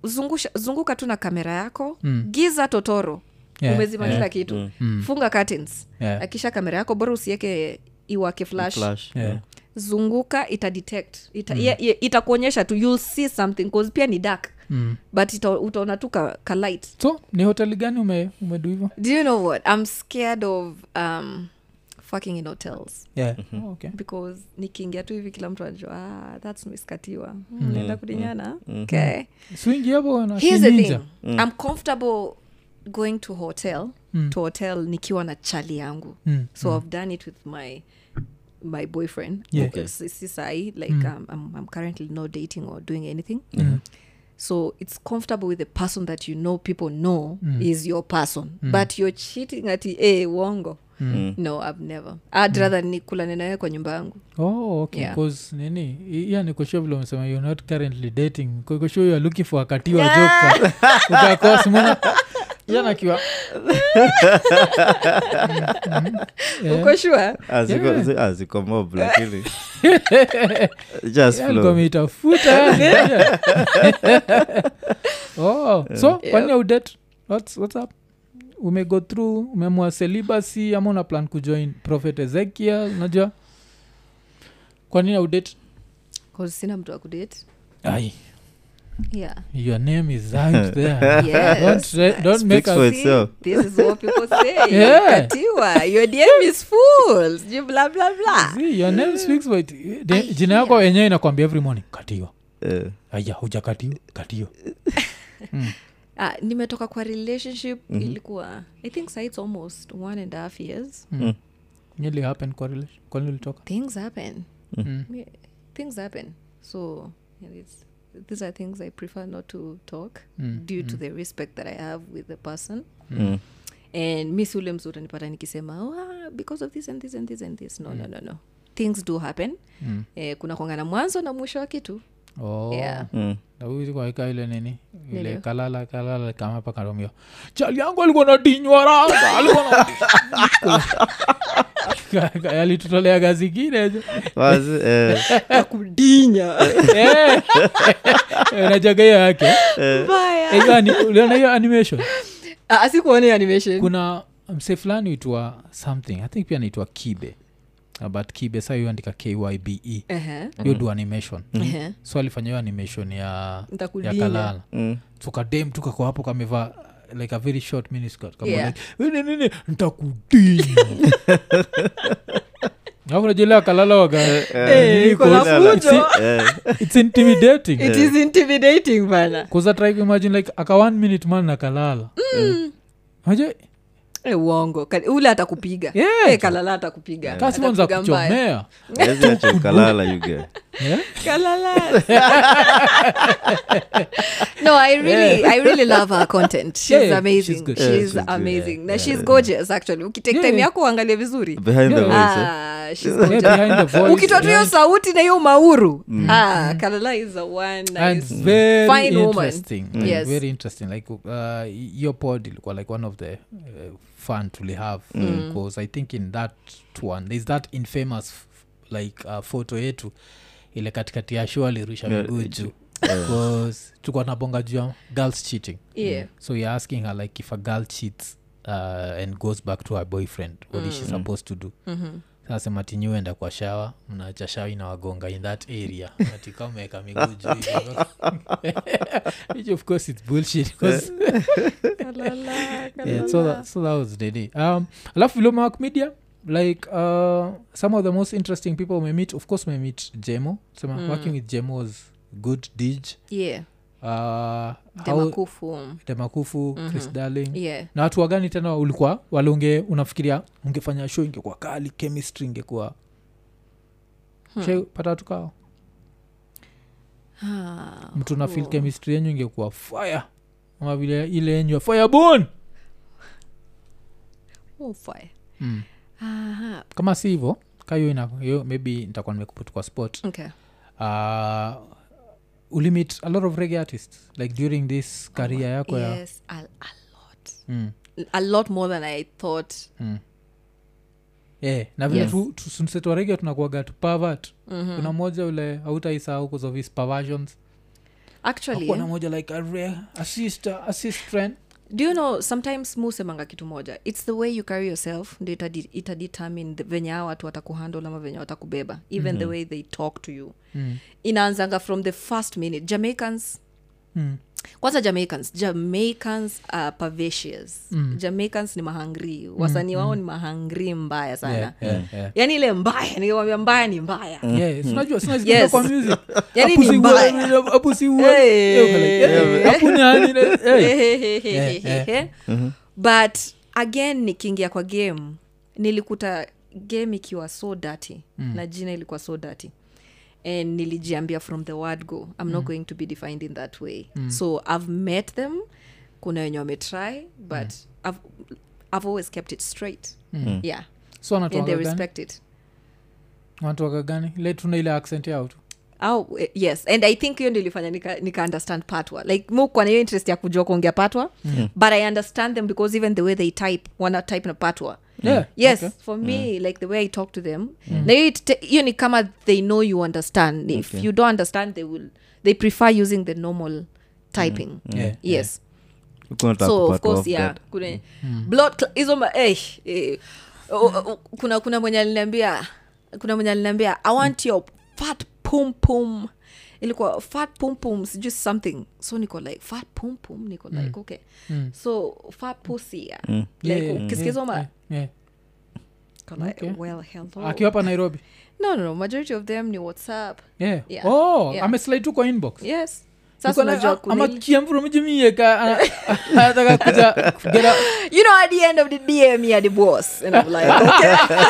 [SPEAKER 2] u- zungusha- zunguka tu na kamera yako
[SPEAKER 1] Mm.
[SPEAKER 2] giza totoro
[SPEAKER 1] Yeah,
[SPEAKER 2] umezima
[SPEAKER 3] Mm.
[SPEAKER 1] yeah.
[SPEAKER 2] kila kitu funga curtains
[SPEAKER 1] Yeah.
[SPEAKER 2] akisha kamera yako bora usieke iwake flash
[SPEAKER 3] Flash,
[SPEAKER 1] Yeah.
[SPEAKER 3] yeah.
[SPEAKER 2] zunguka ita detect ita, ye- ye- itakuonyesha tu you'll see something 'cause pia ni dark
[SPEAKER 1] Mm.
[SPEAKER 2] but ita- utaona tu ka, ka light
[SPEAKER 1] so ni hoteli gani ume, umedu hivo
[SPEAKER 2] do you know what i'm scared of um, fucking in hotels
[SPEAKER 1] yeah. oh, okay.
[SPEAKER 2] because nikiingia tu hivi kila mtu anajua ah, that's miskatiwa mm, naenda kudinyana okay
[SPEAKER 1] swingi hapo na
[SPEAKER 2] here's the
[SPEAKER 1] ninja.
[SPEAKER 2] thing i'm comfortable going to hotel to hotel nikiwa na chali yangu
[SPEAKER 1] Mm,
[SPEAKER 2] so i've done it with my my boyfriend
[SPEAKER 1] Yeah. Mm.
[SPEAKER 3] Okay.
[SPEAKER 2] Si- si sahi, like um, I'm, i'm currently not dating or doing anything so it's comfortable with the person that you know people know
[SPEAKER 1] Mm.
[SPEAKER 2] is your person but you're cheating at eh, wongo
[SPEAKER 3] Mm.
[SPEAKER 2] no i've never
[SPEAKER 1] Mm.
[SPEAKER 2] i'd rather nikulane nawe kwa nyumba yangu
[SPEAKER 1] oh, okay.
[SPEAKER 2] Yeah.
[SPEAKER 1] 'Cause nini iya nikushua vile umesema you're not currently dating kushua youare looking for akatiwa
[SPEAKER 2] Yeah.
[SPEAKER 1] joka utakosi mona iya nakiwa Mm,
[SPEAKER 2] uko sure
[SPEAKER 3] Ah, ziko-
[SPEAKER 1] Yeah.
[SPEAKER 3] zi- ah, ziko mob lakini just flow.
[SPEAKER 1] alikomeitafuta oh so kwani audet what's, what's up umego through umeamua celibacy ama una plan kujoin prophet ezekiel unajua kwanini audet
[SPEAKER 2] 'Cause sina mtu wa kudate
[SPEAKER 1] ai
[SPEAKER 2] yeah
[SPEAKER 1] your name is out there
[SPEAKER 2] Yes.
[SPEAKER 1] don't, re- don't
[SPEAKER 3] Speaks
[SPEAKER 1] make us
[SPEAKER 3] for itself.
[SPEAKER 2] this is what people say
[SPEAKER 1] Yeah.
[SPEAKER 2] katiwa your name is full you blah blah blah
[SPEAKER 1] see your name speaks for it De-
[SPEAKER 2] I
[SPEAKER 1] jina yako wenyewe inakwambia every morning katiwa
[SPEAKER 3] Eh,
[SPEAKER 1] aya hujakatiwa katiwa
[SPEAKER 2] ah, nimetoka kwa relationship
[SPEAKER 1] Mhm.
[SPEAKER 2] mm-hmm. ilikuwa i think sa its almost one and a half years
[SPEAKER 1] nili happen kwa relation kwani ulitoka
[SPEAKER 2] things happen
[SPEAKER 3] Mm.
[SPEAKER 1] Mhm.
[SPEAKER 2] Me- things happen so and it's, these are things i prefer not to talk
[SPEAKER 1] mm.
[SPEAKER 2] due to the respect that i have with the person
[SPEAKER 3] mm.
[SPEAKER 2] and mi si ule mzuri utanipata nikisema oh, ah, because of this and this and this and this no
[SPEAKER 1] Mm.
[SPEAKER 2] no no no things do happen mm. eh, kuna kwanga na mwanzo na mwisho wa kitu
[SPEAKER 1] oh.
[SPEAKER 2] yeah
[SPEAKER 3] Mm.
[SPEAKER 1] nauzi kwaika ile nini ile
[SPEAKER 2] Nilio.
[SPEAKER 1] kalala kalala kama pakaromio chali yangu alikuwa nadinywa raga alikuwa nadi- alitutolea gazi ingine jo.
[SPEAKER 3] Wazi, eh,
[SPEAKER 2] akudinya
[SPEAKER 1] Eh. najaga Eh, hiyo yake
[SPEAKER 2] mbaya Ah,
[SPEAKER 1] Eh, hiyo ani- uliona hiyo animation
[SPEAKER 2] asikuone hiyo animation
[SPEAKER 1] kuna mse fulani uitwa something i think pia naitwa kibe Ah, but kibe saa yuandika kybe E. hiyo
[SPEAKER 2] Ehe,
[SPEAKER 1] do animation
[SPEAKER 2] ehe.
[SPEAKER 1] so alifanya hiyo animation ya, Mhm. ya
[SPEAKER 2] Nitakudinya.
[SPEAKER 1] kalala
[SPEAKER 3] mm.
[SPEAKER 1] tukadem tukako hapo kamevaa like a very short miniskirt kama
[SPEAKER 2] Yeah.
[SPEAKER 1] like, "Nini, nini ntakudinya akunajelewa kalala waga
[SPEAKER 2] Eh,
[SPEAKER 1] nini
[SPEAKER 2] iko na
[SPEAKER 1] iko-
[SPEAKER 2] fujo.
[SPEAKER 1] it's-
[SPEAKER 3] Eh,
[SPEAKER 1] it's intimidating
[SPEAKER 2] It is intimidating bana
[SPEAKER 1] kuza try kuimagine like aka one minute man nakalala
[SPEAKER 2] Mm.
[SPEAKER 1] aje
[SPEAKER 2] Eh, uongo Ka- ule atakupiga
[SPEAKER 1] Yeah.
[SPEAKER 2] Eh, kalala atakupiga
[SPEAKER 1] kasiwanza
[SPEAKER 2] Atakupiga mbaya.
[SPEAKER 1] kuchomea
[SPEAKER 3] huwezi acha ukalala, you guy.
[SPEAKER 1] Yeah?
[SPEAKER 2] Kalala. no i really i really love her content she's
[SPEAKER 1] Yeah, yeah,
[SPEAKER 2] amazing
[SPEAKER 1] Eh. she's good.
[SPEAKER 2] she's
[SPEAKER 1] Yeah,
[SPEAKER 3] she's good,
[SPEAKER 2] amazing na
[SPEAKER 3] yeah,
[SPEAKER 2] she's gorgeous actually ukitake
[SPEAKER 1] Yeah,
[SPEAKER 2] time
[SPEAKER 1] yeah.
[SPEAKER 2] yako uangalie vizuri
[SPEAKER 3] Behind the
[SPEAKER 1] Yeah.
[SPEAKER 3] voice, eh.
[SPEAKER 2] Ah, she's
[SPEAKER 1] Yeah,
[SPEAKER 2] gorgeous.
[SPEAKER 1] behind the voice,
[SPEAKER 2] ukitoa tu hiyo
[SPEAKER 1] behind-
[SPEAKER 2] sauti na hiyo mauru ah, kalala is the one that
[SPEAKER 1] and
[SPEAKER 2] is
[SPEAKER 1] very
[SPEAKER 2] Mm. Fine woman.
[SPEAKER 1] interesting like,
[SPEAKER 2] Yes.
[SPEAKER 1] very interesting like uh, your pod ilikuwa like one of the uh, fun to have
[SPEAKER 2] Mm.
[SPEAKER 3] Mm.
[SPEAKER 1] because i think in that one there's that infamous f- like uh, photo yetu ile katikati ya show alirusha
[SPEAKER 3] Yeah,
[SPEAKER 1] miguu
[SPEAKER 3] it's-
[SPEAKER 1] juu because tulikuwa tunabonga juu ya girls cheating
[SPEAKER 2] Yeah.
[SPEAKER 1] so you're asking her
[SPEAKER 2] Mm. Mm-hmm.
[SPEAKER 1] like if a girl cheats uh, and goes back to her boyfriend what is she supposed to do sasa matinyu enda kwa shawa mnaacha shawa inawagonga in that area natika meweka miguu juu hivi. which of course it's bullshit 'cause-
[SPEAKER 2] Kalala,
[SPEAKER 1] yeah, so,
[SPEAKER 2] kalala.
[SPEAKER 1] that, so that was nini um, alafu vilomark media like uh, some of the most interesting people memeet of course memeet jemo sema mm. working with jemo was good dig
[SPEAKER 2] Yeah,
[SPEAKER 1] uh, how,
[SPEAKER 2] demakufu
[SPEAKER 1] demakufu mm-hmm. chris darling
[SPEAKER 2] yeah
[SPEAKER 1] na watu wagani tena ulikuwa walunge unafikiria ungefanya show ingekuwa kali chemistry ingekuwa hmm. pata watu kao
[SPEAKER 2] Ah,
[SPEAKER 1] mtu nafil
[SPEAKER 2] cool.
[SPEAKER 1] chemistry yenyu ingekuwa fire ama vile ile yenyu ya firebone
[SPEAKER 2] Oh, fire.
[SPEAKER 1] mm.
[SPEAKER 2] Aha,
[SPEAKER 1] kama si hivo kayo ina yo maybe nitakuwa nimekuput kwa spot
[SPEAKER 2] okay.
[SPEAKER 1] uh, ulimit a lot of reggae artists like during this career yako ya
[SPEAKER 2] yes a, a lot
[SPEAKER 1] mm.
[SPEAKER 2] a lot more than i thought
[SPEAKER 1] yeah, Eh, na vile
[SPEAKER 2] Yes.
[SPEAKER 1] tu, tu, sunset wa reggae tunakuaga tupavat mm-hmm. kuna moja ule hautaisahau cause of his perversions
[SPEAKER 2] actually
[SPEAKER 1] Hakuwa na moja like a rare a sister a sis friend
[SPEAKER 2] do you know sometimes musemanga kitu moja it's the way you carry yourself ndo itadi- itadetermine the- venye hao watu watakuhandle ama venye watakubeba even
[SPEAKER 1] Mhm.
[SPEAKER 2] the way they talk to you mm. inaanzanga from the first minute jamaicans
[SPEAKER 1] Mm.
[SPEAKER 2] kwanza jamaicans jamaicans are pervacious mm. jamaicans ni mahangri wasanii wao ni mahangri mbaya sana
[SPEAKER 1] Mm, yeah, yeah, yeah.
[SPEAKER 2] yaani ile mbaya nikiwambia mbaya ni mbaya
[SPEAKER 1] Yeah, sinajua sinazipenda kwa music
[SPEAKER 2] Yaani
[SPEAKER 1] Hapo
[SPEAKER 2] ni
[SPEAKER 1] si
[SPEAKER 2] mbaya.
[SPEAKER 1] uwe- hapo si uwe-
[SPEAKER 2] Hey.
[SPEAKER 1] Yeah, ukawa like, hey,
[SPEAKER 2] Yeah.
[SPEAKER 1] hapo ni nani, na- hey.
[SPEAKER 2] Hehehehehe. but again nikiingia kwa game nilikuta game ikiwa so dirty mm. na jina ilikuwa so dirty and nilijiambia from the word go i'm not going to be defined in that way so i've met them kuna wenye wametry but I've, i've always kept it straight yeah
[SPEAKER 1] So
[SPEAKER 2] and
[SPEAKER 1] wanatoaga
[SPEAKER 2] they
[SPEAKER 1] gani?
[SPEAKER 2] respect it
[SPEAKER 1] Wanatoaga gani le tuna ile accent yao tu
[SPEAKER 2] au eh, yes and i think hiyo ndio ilifanya nika, nika understand patwa like mukwa na hiyo interest ya kujua kuongea patwa mm. but i understand them because even the way they type wana type na patwa
[SPEAKER 1] Yeah,
[SPEAKER 2] yes
[SPEAKER 1] okay. Mm.
[SPEAKER 2] for me like the way i talk to them na hiyo it- hiyo ni kama they know you understand if you don't understand they will they prefer using the normal typing
[SPEAKER 1] Mm. Yeah, yeah.
[SPEAKER 2] yes so of course yeah kuna
[SPEAKER 1] Mm.
[SPEAKER 2] blood cl- hizo ma- eh, eh, o- o- kuna kuna mwenye aliniambia kuna mwenye aliniambia i want your fat pum pum ilikuwa fat pum pum sijui something so niko like fat pum pum niko like okay so fat pussy yeah. like
[SPEAKER 1] Mm. Yeah, yeah,
[SPEAKER 2] ukisikia
[SPEAKER 1] yeah,
[SPEAKER 2] hizo ma- Oh.
[SPEAKER 1] yeah, yeah.
[SPEAKER 2] niko like,
[SPEAKER 1] Okay. Ah,
[SPEAKER 2] well hello
[SPEAKER 1] akiwa hapa nairobi
[SPEAKER 2] no no no majority of them ni whatsapp
[SPEAKER 1] Yeah.
[SPEAKER 2] Yeah,
[SPEAKER 1] Oh,
[SPEAKER 2] yeah.
[SPEAKER 1] ameslide tu kwa inbox
[SPEAKER 2] yes
[SPEAKER 1] Niko
[SPEAKER 2] sasa
[SPEAKER 1] na-
[SPEAKER 2] unajua
[SPEAKER 1] ah,
[SPEAKER 2] kuna
[SPEAKER 1] ama
[SPEAKER 2] ile-
[SPEAKER 1] kiem from Jamaica, ana- anataka kuja get a-
[SPEAKER 2] you know at the end of the day me are the boss and i'm like okay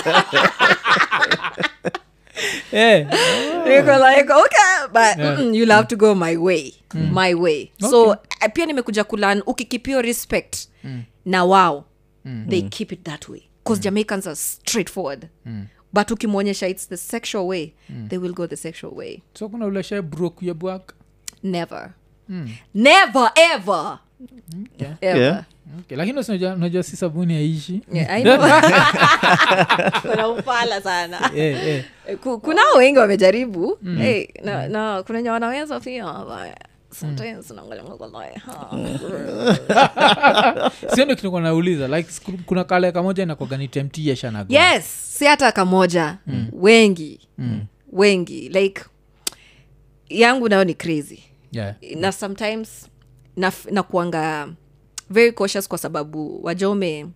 [SPEAKER 1] Yeah.
[SPEAKER 2] niko like okay but
[SPEAKER 1] Yeah.
[SPEAKER 2] mm, you'll have to go my way my way so eh, pia nimekuja kulan ukikipio respect na wao they keep it that way because jamaicans are straightforward but ukimwonyesha it's the sexual way they will go the sexual way
[SPEAKER 1] so kuna uleshe brok yebwak
[SPEAKER 2] never never ever
[SPEAKER 1] Okay.
[SPEAKER 2] Ever.
[SPEAKER 3] Yeah.
[SPEAKER 1] okay. lakini usinajua- unajua si sabuni yaishi
[SPEAKER 2] Yeah, I know. kuna ufala sana
[SPEAKER 1] yeah, yeah.
[SPEAKER 2] Eh, Ku- kunao wengi wamejaribu
[SPEAKER 1] Mm.
[SPEAKER 2] hey, na, na kuna wenye wanaweza pia but sometimes unaangalia uko like, huh.
[SPEAKER 1] sio ndo kitu nauliza like siku- kuna kale kamoja inakwagani temtia shanago
[SPEAKER 2] yes si hata kamoja
[SPEAKER 1] Mm.
[SPEAKER 2] wengi wengi like yangu nayo ni crazy
[SPEAKER 1] yeah.
[SPEAKER 2] na sometimes na, na kuanga very cautious kwa sababu wajome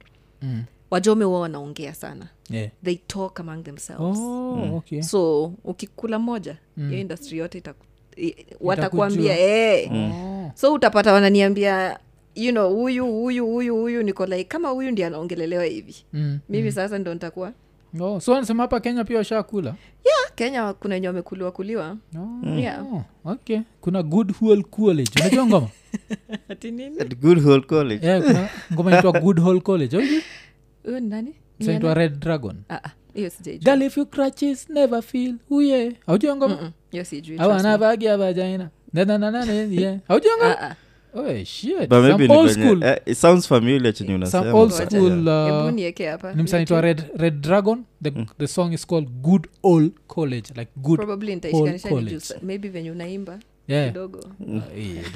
[SPEAKER 1] Mm.
[SPEAKER 2] wajome huwa wanaongea sana
[SPEAKER 1] yeah.
[SPEAKER 2] they talk among themselves
[SPEAKER 1] oh, okay. Mm.
[SPEAKER 2] so ukikula moja hiyo industry yote itaku, i- watakuambia "Eh,
[SPEAKER 1] Itakujua.
[SPEAKER 2] hey.
[SPEAKER 1] oh.
[SPEAKER 2] so utapata wananiambia you know huyu huyu huyu huyu niko like kama huyu ndi anaongelelewa hivi
[SPEAKER 1] Mm.
[SPEAKER 2] mimi sasa ndo nitakuwa
[SPEAKER 1] Oh, so anasema hapa kenya pia washakula
[SPEAKER 2] yeah kenya kuna wenye wamekuliwa kuliwa
[SPEAKER 1] oh,
[SPEAKER 2] Yeah.
[SPEAKER 1] oh, okay kuna good Hole college unajua ngoma
[SPEAKER 2] ati nini
[SPEAKER 3] At Good Hole College.
[SPEAKER 1] yeah, kuna ngoma inaitwa good Hole college okay?
[SPEAKER 2] huyo ni nani Ni
[SPEAKER 1] inaitwa
[SPEAKER 2] ana-
[SPEAKER 1] red dragon
[SPEAKER 2] Ah, ah, hiyo sijaijua
[SPEAKER 1] girl if you crutches never feel Oh, uye haujua ngoma
[SPEAKER 2] Mm-mm, Mm, hiyo sijui
[SPEAKER 1] au
[SPEAKER 2] trust me.
[SPEAKER 1] anavagia vagina Na- na- na- na- na- yeah. haujua ngoma
[SPEAKER 2] Ah, ah.
[SPEAKER 1] oh, shit.
[SPEAKER 3] But maybe
[SPEAKER 1] Some
[SPEAKER 3] ni
[SPEAKER 1] old
[SPEAKER 3] kwenye-
[SPEAKER 1] school
[SPEAKER 3] eh, it sounds familiar chenye
[SPEAKER 1] some
[SPEAKER 3] unasema.
[SPEAKER 1] old
[SPEAKER 3] but-
[SPEAKER 1] school
[SPEAKER 2] hebu
[SPEAKER 1] uh,
[SPEAKER 2] nieke hapa
[SPEAKER 1] ni msanii itwa
[SPEAKER 2] YouTube.
[SPEAKER 1] red, red dragon the, the song is called good old college like good
[SPEAKER 2] probably
[SPEAKER 1] Old
[SPEAKER 2] nitaishikanisha
[SPEAKER 1] college. Eh.
[SPEAKER 2] nijusa maybe venye unaimba
[SPEAKER 1] yeah. Eh, Yaani
[SPEAKER 2] kidogo
[SPEAKER 1] Ah, yeah,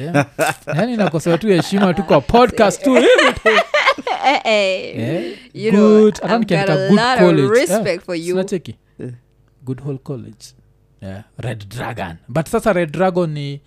[SPEAKER 1] damn. yani nakosewa tu heshima tu kwa podcast tu Hivi tu.
[SPEAKER 2] Eh, eh.
[SPEAKER 1] Eh?
[SPEAKER 2] You
[SPEAKER 1] Good-
[SPEAKER 2] know,
[SPEAKER 1] around
[SPEAKER 2] I've got
[SPEAKER 1] Kenyatta,
[SPEAKER 2] a
[SPEAKER 1] good
[SPEAKER 2] lot
[SPEAKER 1] college.
[SPEAKER 2] of
[SPEAKER 1] Eh,
[SPEAKER 2] respect for you.
[SPEAKER 1] sinacheki
[SPEAKER 3] Eh.
[SPEAKER 1] good hole college yeah. red dragon but sasa red dragon ni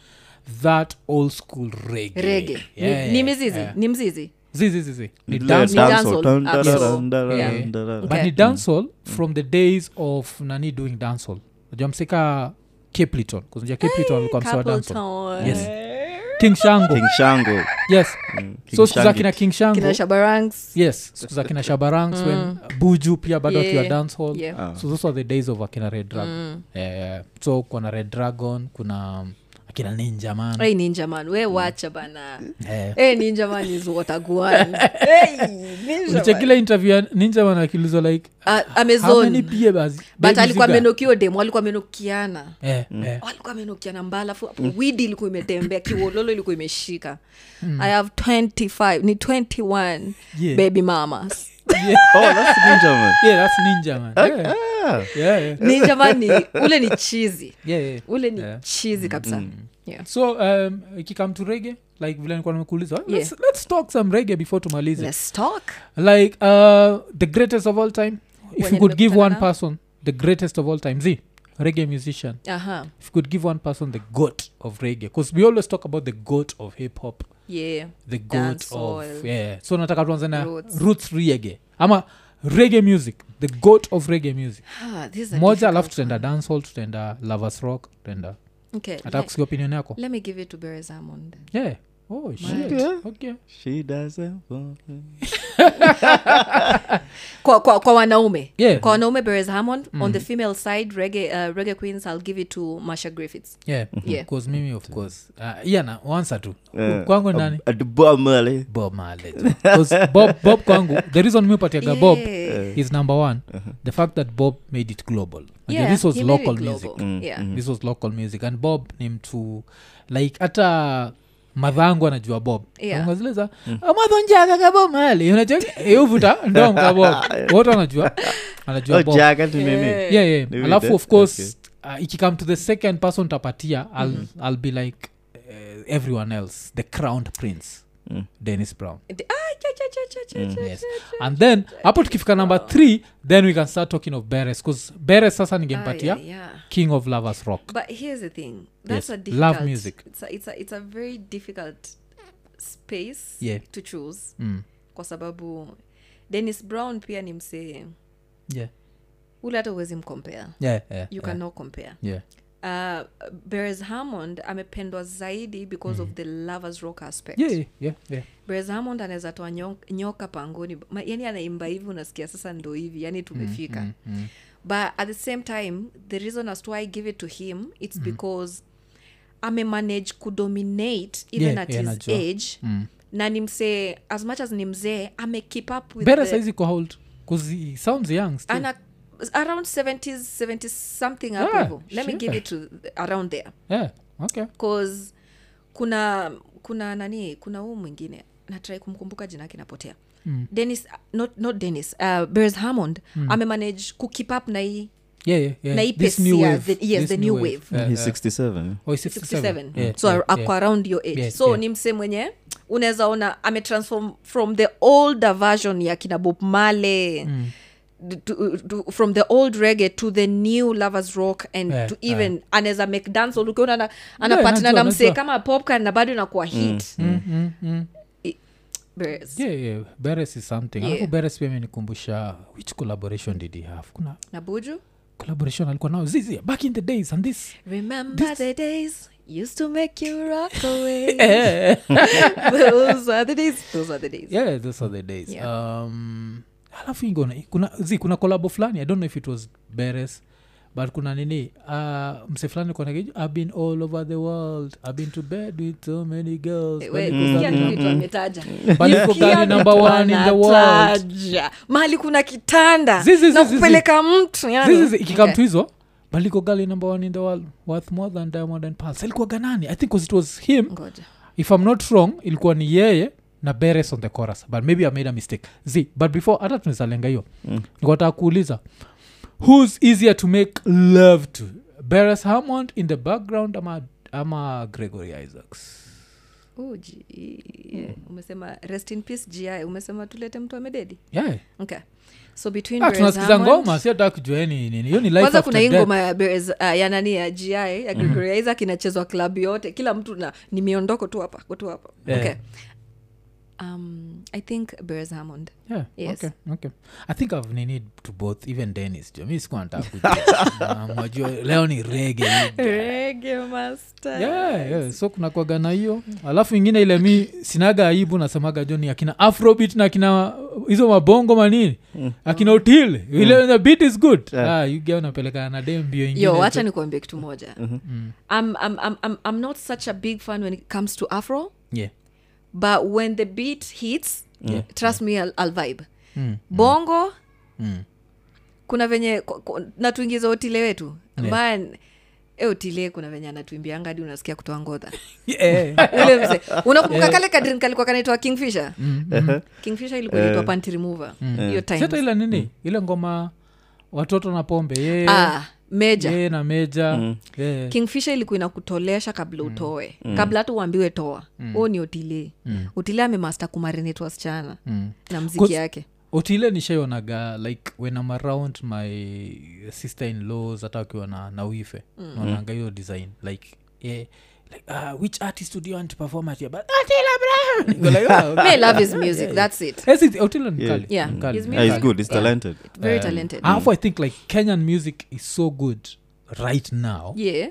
[SPEAKER 1] that old school rege
[SPEAKER 2] rege Ni- ni mzizi ni mzizi
[SPEAKER 1] zizizizi ni
[SPEAKER 3] Ile
[SPEAKER 1] dance
[SPEAKER 2] dance-
[SPEAKER 3] dancehall.
[SPEAKER 2] dancehall.
[SPEAKER 3] Dun,
[SPEAKER 2] Ah,
[SPEAKER 3] dun,
[SPEAKER 2] yes.
[SPEAKER 3] dun, dun, dun,
[SPEAKER 1] Yeah.
[SPEAKER 3] dun, dun.
[SPEAKER 1] but
[SPEAKER 2] Okay.
[SPEAKER 1] ni dancehall from the days of nani doing dancehall najua msika capliton kuzinja capliton alikuwa msewa dancehall
[SPEAKER 2] Couple
[SPEAKER 1] Yes.
[SPEAKER 2] town.
[SPEAKER 1] king shango
[SPEAKER 3] King Shango.
[SPEAKER 1] yes
[SPEAKER 3] Mm, King
[SPEAKER 1] so siku za
[SPEAKER 3] Shangi.
[SPEAKER 1] kina king shango
[SPEAKER 2] kina shabarangs
[SPEAKER 1] yes siku za kina shabarangs when uh, buju pia bado
[SPEAKER 2] Yeah.
[SPEAKER 1] akiwa dancehall
[SPEAKER 2] Yeah. Mm.
[SPEAKER 3] Ah.
[SPEAKER 1] so those are the days of akina red dragon eh, so kuna red dragon kuna um, akina ninja man
[SPEAKER 2] hey, ninja man we
[SPEAKER 1] Mm.
[SPEAKER 2] wacha bana
[SPEAKER 1] eh.
[SPEAKER 2] hey, ninja man is what a guan hey, ninja man.
[SPEAKER 1] ulichekile interview ya ninja man akiulizwa like
[SPEAKER 2] Ah,
[SPEAKER 1] how many
[SPEAKER 2] amezon
[SPEAKER 1] beer bas-
[SPEAKER 2] but
[SPEAKER 1] babies
[SPEAKER 2] alikuwa
[SPEAKER 1] you got?
[SPEAKER 2] amenokio demo alikuwa amenukiana
[SPEAKER 1] eh, eh.
[SPEAKER 2] alikuwa amenukiana mbalafu mm. widi ilikuwa imetembea kiwololo ilikuwa imeshika i have 25 ni 21
[SPEAKER 1] Mm. Yeah.
[SPEAKER 2] baby mamas
[SPEAKER 3] Oh, that's Ninja Man.
[SPEAKER 1] yeah, that's ninja man yeah.
[SPEAKER 3] Ah.
[SPEAKER 1] Yeah, yeah.
[SPEAKER 2] ninja man ni ule ni chizi
[SPEAKER 1] Yeah, yeah.
[SPEAKER 2] ule ni
[SPEAKER 1] Yeah. Mm.
[SPEAKER 2] chizi kabisa yeah.
[SPEAKER 1] so um, ikikam to rege like vile nikuwa nimekuuliza
[SPEAKER 2] Yeah.
[SPEAKER 1] let's, let's talk some rege before tumalize
[SPEAKER 2] let's talk
[SPEAKER 1] like uh, the greatest of all time if
[SPEAKER 2] Wenye
[SPEAKER 1] you could give
[SPEAKER 2] nimekutana
[SPEAKER 1] one
[SPEAKER 2] nao?
[SPEAKER 1] person the greatest of all time z rege musician
[SPEAKER 2] aha
[SPEAKER 1] if you could give one person the goat of reggae because we always talk about the goat of hip hop
[SPEAKER 2] yeah
[SPEAKER 1] the goat of
[SPEAKER 2] Dancehall.
[SPEAKER 1] yeah. so nataka tuanze na
[SPEAKER 2] Roots.
[SPEAKER 1] roots reggae ama reggae music the goat of reggae music
[SPEAKER 2] ah, this is a
[SPEAKER 1] moja alafu
[SPEAKER 2] difficult
[SPEAKER 1] tutaenda dancehall tutaenda lovers rock tutaenda
[SPEAKER 2] one. okay
[SPEAKER 1] nataka
[SPEAKER 2] let,
[SPEAKER 1] kusikia opinion yako
[SPEAKER 2] let me give it to Barry Salmond.
[SPEAKER 1] yeah oh shit
[SPEAKER 3] Okay.
[SPEAKER 1] okay
[SPEAKER 3] She doesn't want me.
[SPEAKER 2] kwa, kwa, kwa wanaume
[SPEAKER 1] Yeah.
[SPEAKER 2] kwa wanaume Barry Hammond
[SPEAKER 1] Mm-hmm.
[SPEAKER 2] on the female side reggae, uh, reggae queens i'll give it to Marsha Griffiths
[SPEAKER 1] yeah
[SPEAKER 2] Yeah.
[SPEAKER 1] cause mimi Mm-hmm. of course uh, yeah na once tu
[SPEAKER 3] Eh,
[SPEAKER 1] kwangu ni nani
[SPEAKER 3] At the bottom, really.
[SPEAKER 1] bob Marley. 'Cause bob bob kwangu the reason mi upatiaga
[SPEAKER 2] Yeah.
[SPEAKER 1] bob
[SPEAKER 2] Eh.
[SPEAKER 1] is number one the fact that bob made it global Unajua
[SPEAKER 2] Yeah,
[SPEAKER 1] this was
[SPEAKER 2] he made it
[SPEAKER 1] local
[SPEAKER 2] global.
[SPEAKER 1] music
[SPEAKER 3] Mm,
[SPEAKER 1] Mm-hmm.
[SPEAKER 2] Yeah.
[SPEAKER 1] this was local music and bob ni mtu like hata madhangu anajua bob
[SPEAKER 2] Yeah.
[SPEAKER 1] ngazileza madho njaga kabo mali unachovuta ndom kabob wote anajua
[SPEAKER 3] Oh,
[SPEAKER 1] anajua bob
[SPEAKER 3] Jaga to Nene.
[SPEAKER 1] yeah, yeah.
[SPEAKER 3] Maybe
[SPEAKER 1] alafu
[SPEAKER 3] that-
[SPEAKER 1] of course uh, ikikam to the second person tapatia i'll,
[SPEAKER 3] Mm-hmm.
[SPEAKER 1] I'll be like uh, everyone else the crowned prince
[SPEAKER 3] Mm.
[SPEAKER 1] dennis brown
[SPEAKER 2] D- ah, cha, cha, cha, cha, cha, cha,
[SPEAKER 1] yes.
[SPEAKER 2] cha, cha.
[SPEAKER 1] and then hapo tukifika number three then we can start talking of beres bause beres sasa ningempatia
[SPEAKER 2] Ah, yeah, yeah.
[SPEAKER 1] king of lovers rock
[SPEAKER 2] but here's the thing
[SPEAKER 1] Yes.
[SPEAKER 2] that's a
[SPEAKER 1] Love
[SPEAKER 2] difficult
[SPEAKER 1] music.
[SPEAKER 2] it's a, it's a, it's a very difficult space
[SPEAKER 1] Yeah.
[SPEAKER 2] to choose
[SPEAKER 1] Mm.
[SPEAKER 2] kwa sababu dennis brown pia ni msee
[SPEAKER 1] yeah
[SPEAKER 2] ule hata uwezi mkompea
[SPEAKER 1] yeah yeah
[SPEAKER 2] you
[SPEAKER 1] yeah.
[SPEAKER 2] cannot compare
[SPEAKER 1] yeah
[SPEAKER 2] uh, beres hammond amependwa zaidi because of the lovers rock aspect
[SPEAKER 1] Mm. yeah yeah yeah yeah
[SPEAKER 2] beres hammond anaweza toa nyo- nyoka pangoni Ma- yani anaimba hivi unasikia sasa ndo hivi yani tumefika mm, mm, mm. but at the same time the reason as to why i give it to him it's mm. because amemanage kudominate even
[SPEAKER 1] Yeah,
[SPEAKER 2] at
[SPEAKER 1] yeah,
[SPEAKER 2] his
[SPEAKER 1] najua.
[SPEAKER 2] age mm. na ni msee as much as ni mzee ame keep up with
[SPEAKER 1] beres
[SPEAKER 2] the-
[SPEAKER 1] saizi ko hold bause he sounds young still.
[SPEAKER 2] ana around 70s 70 something hapo
[SPEAKER 1] Yeah,
[SPEAKER 2] hivyo let me
[SPEAKER 1] sure.
[SPEAKER 2] give it to around there
[SPEAKER 1] yeah okay
[SPEAKER 2] cause kuna kuna nani kuna huu mwingine natrai kumkumbuka jina yake napotea mm. dennis not, not dennis uh, beres hammond mm. amemanage kukip up na hii
[SPEAKER 1] yeah yeah yeah
[SPEAKER 2] Na hii
[SPEAKER 1] this
[SPEAKER 2] pace,
[SPEAKER 1] new
[SPEAKER 2] yeah,
[SPEAKER 1] wave
[SPEAKER 2] the- yes,
[SPEAKER 1] this
[SPEAKER 2] the new wave.
[SPEAKER 1] yeah,
[SPEAKER 3] He's
[SPEAKER 1] yeah.
[SPEAKER 3] 67.
[SPEAKER 1] Oh, he's
[SPEAKER 2] 67
[SPEAKER 1] Yeah,
[SPEAKER 2] so
[SPEAKER 1] yeah,
[SPEAKER 2] yeah, ako
[SPEAKER 1] yeah.
[SPEAKER 2] around your age
[SPEAKER 1] Yes,
[SPEAKER 2] so
[SPEAKER 1] yeah.
[SPEAKER 2] ni msee mwenye unaweza ona ametransform from the older version ya kina bob male mm. To, to, from the old reggae to the new lovers rock and
[SPEAKER 1] Yeah,
[SPEAKER 2] yeah, to even yeah. anaweza make dance all ukiona ana- anapatana
[SPEAKER 1] najua,
[SPEAKER 2] na msee
[SPEAKER 1] najua.
[SPEAKER 2] kama popcorn na bado inakuwa hit mm.
[SPEAKER 1] Mm-hmm,
[SPEAKER 2] Mm. Beres.
[SPEAKER 1] yeah yeah beres is something
[SPEAKER 2] Yeah.
[SPEAKER 1] alafu beres pia amenikumbusha which collaboration did he have kuna
[SPEAKER 2] na buju
[SPEAKER 1] collaboration alikuwa nao zizia back in the days and this
[SPEAKER 2] remember the days used to make you rock away
[SPEAKER 1] Eh.
[SPEAKER 2] those are the days those are the days
[SPEAKER 1] yeah those are the days
[SPEAKER 2] Yeah.
[SPEAKER 1] um, alafu ingona kuna zi kuna kolabo fulani i don't know if it was beres but kuna nini uh, mse fulani konage i've been all over the world i've been to bed with so many girls When you go down- Bali uko gari number one in the world.
[SPEAKER 2] ametaja mahali kuna kitanda
[SPEAKER 1] Zizi, zizi,
[SPEAKER 2] na kupeleka mtu yani.
[SPEAKER 1] This is- ikikam
[SPEAKER 2] Okay.
[SPEAKER 1] to hizo baliko gali number one in the world worth more than diamond and pals alikuwa ganani i think 'cause it was him
[SPEAKER 2] Ngoja.
[SPEAKER 1] if i'm not wrong ilikuwa ni yeye na beres on the chorus but maybe i made a mistake z but before hata tunazalenga hiyo mm. nikataka kuuliza who's easier to make love to beres hammond in the background ama, ama gregory isaacs
[SPEAKER 2] Oh, gee, yeah. E. umesema rest in peace gi umesema tulete mtu amededi
[SPEAKER 1] yeah.
[SPEAKER 2] okay so between
[SPEAKER 1] Ah,
[SPEAKER 2] Beres
[SPEAKER 1] tunasikiza
[SPEAKER 2] Hammond-
[SPEAKER 1] ngoma si hata kujueni nini hiyo ni life
[SPEAKER 2] kwanza
[SPEAKER 1] after
[SPEAKER 2] kuna hii
[SPEAKER 1] death. Mhm.
[SPEAKER 2] ngoma ya Beres- ah, ya nani ya gi ya gregoria isaac inachezwa klabu yote kila mtu na ni miondoko tu hapa kutu hapa
[SPEAKER 1] Yeah.
[SPEAKER 2] okay um, i think beres hamond
[SPEAKER 1] Yeah,
[SPEAKER 2] Yes.
[SPEAKER 1] okay, okay. i think i've needed to both even dennis jo mi sikuwa nataka kuja. Mwajua, leo ni rege
[SPEAKER 2] rege master
[SPEAKER 1] yeah, yeah. so kuna kwaga na hiyo alafu ingine ile mi sinaga aibu nasemaga joni akina afrobit na akina hizo mabongo manini akina util ile the beat is good
[SPEAKER 3] Yeah.
[SPEAKER 1] ah, you get unapelekana na dem bio ingine
[SPEAKER 2] yo
[SPEAKER 1] jo.
[SPEAKER 2] wacha nikuambia kitu moja
[SPEAKER 1] Mm-hmm.
[SPEAKER 2] I'm, I'm, I'm, I'm, i'm not such a big fan when it comes to afro
[SPEAKER 1] yeah.
[SPEAKER 2] but when the beat hits trust me I'll, I'll vibe
[SPEAKER 1] Mm.
[SPEAKER 2] bongo kuna venye ku- ku- natuingiza otile wetu man e otile kuna venye anatuimbianga hadi unasikia kutoa ngodha
[SPEAKER 1] yeah.
[SPEAKER 2] ule mzee unakumbuka kale kadrin kalikuwa kanaitwa kingfisher
[SPEAKER 1] Mm,
[SPEAKER 2] kingfisher ilikuwa inaitwa panty remover hiyo
[SPEAKER 1] seta
[SPEAKER 2] time
[SPEAKER 1] mm. ile nini ile ngoma watoto na pombe ye
[SPEAKER 2] ah meja
[SPEAKER 1] ye na meja yeah.
[SPEAKER 2] kingfisha ilikuwa inakutolesha
[SPEAKER 1] Mm.
[SPEAKER 2] kabla utoe kabla hata uambiwe toa huo ni otile otile amemasta kumarinate wasichana na mziki
[SPEAKER 1] Mm. Cause-
[SPEAKER 2] yake
[SPEAKER 1] otile nishaionaga like when am around my sister in laws hata akiwa na, na wife mm. naonanga hiyo design like yeah, like uh, which artist would you want to perform at your birth- Otile Ah, Brown! Niko like, oh, eh, wow, okay.
[SPEAKER 2] May love his music that's it
[SPEAKER 1] Yes, it- Otile ni
[SPEAKER 3] Yeah.
[SPEAKER 1] kali.
[SPEAKER 2] Yeah,
[SPEAKER 1] Ni kali.
[SPEAKER 2] his
[SPEAKER 3] Yeah, he's
[SPEAKER 2] music.
[SPEAKER 3] good. He's talented.
[SPEAKER 2] very
[SPEAKER 1] Um,
[SPEAKER 2] talented
[SPEAKER 1] alafu i think like kenyan music is so good right now
[SPEAKER 2] yeah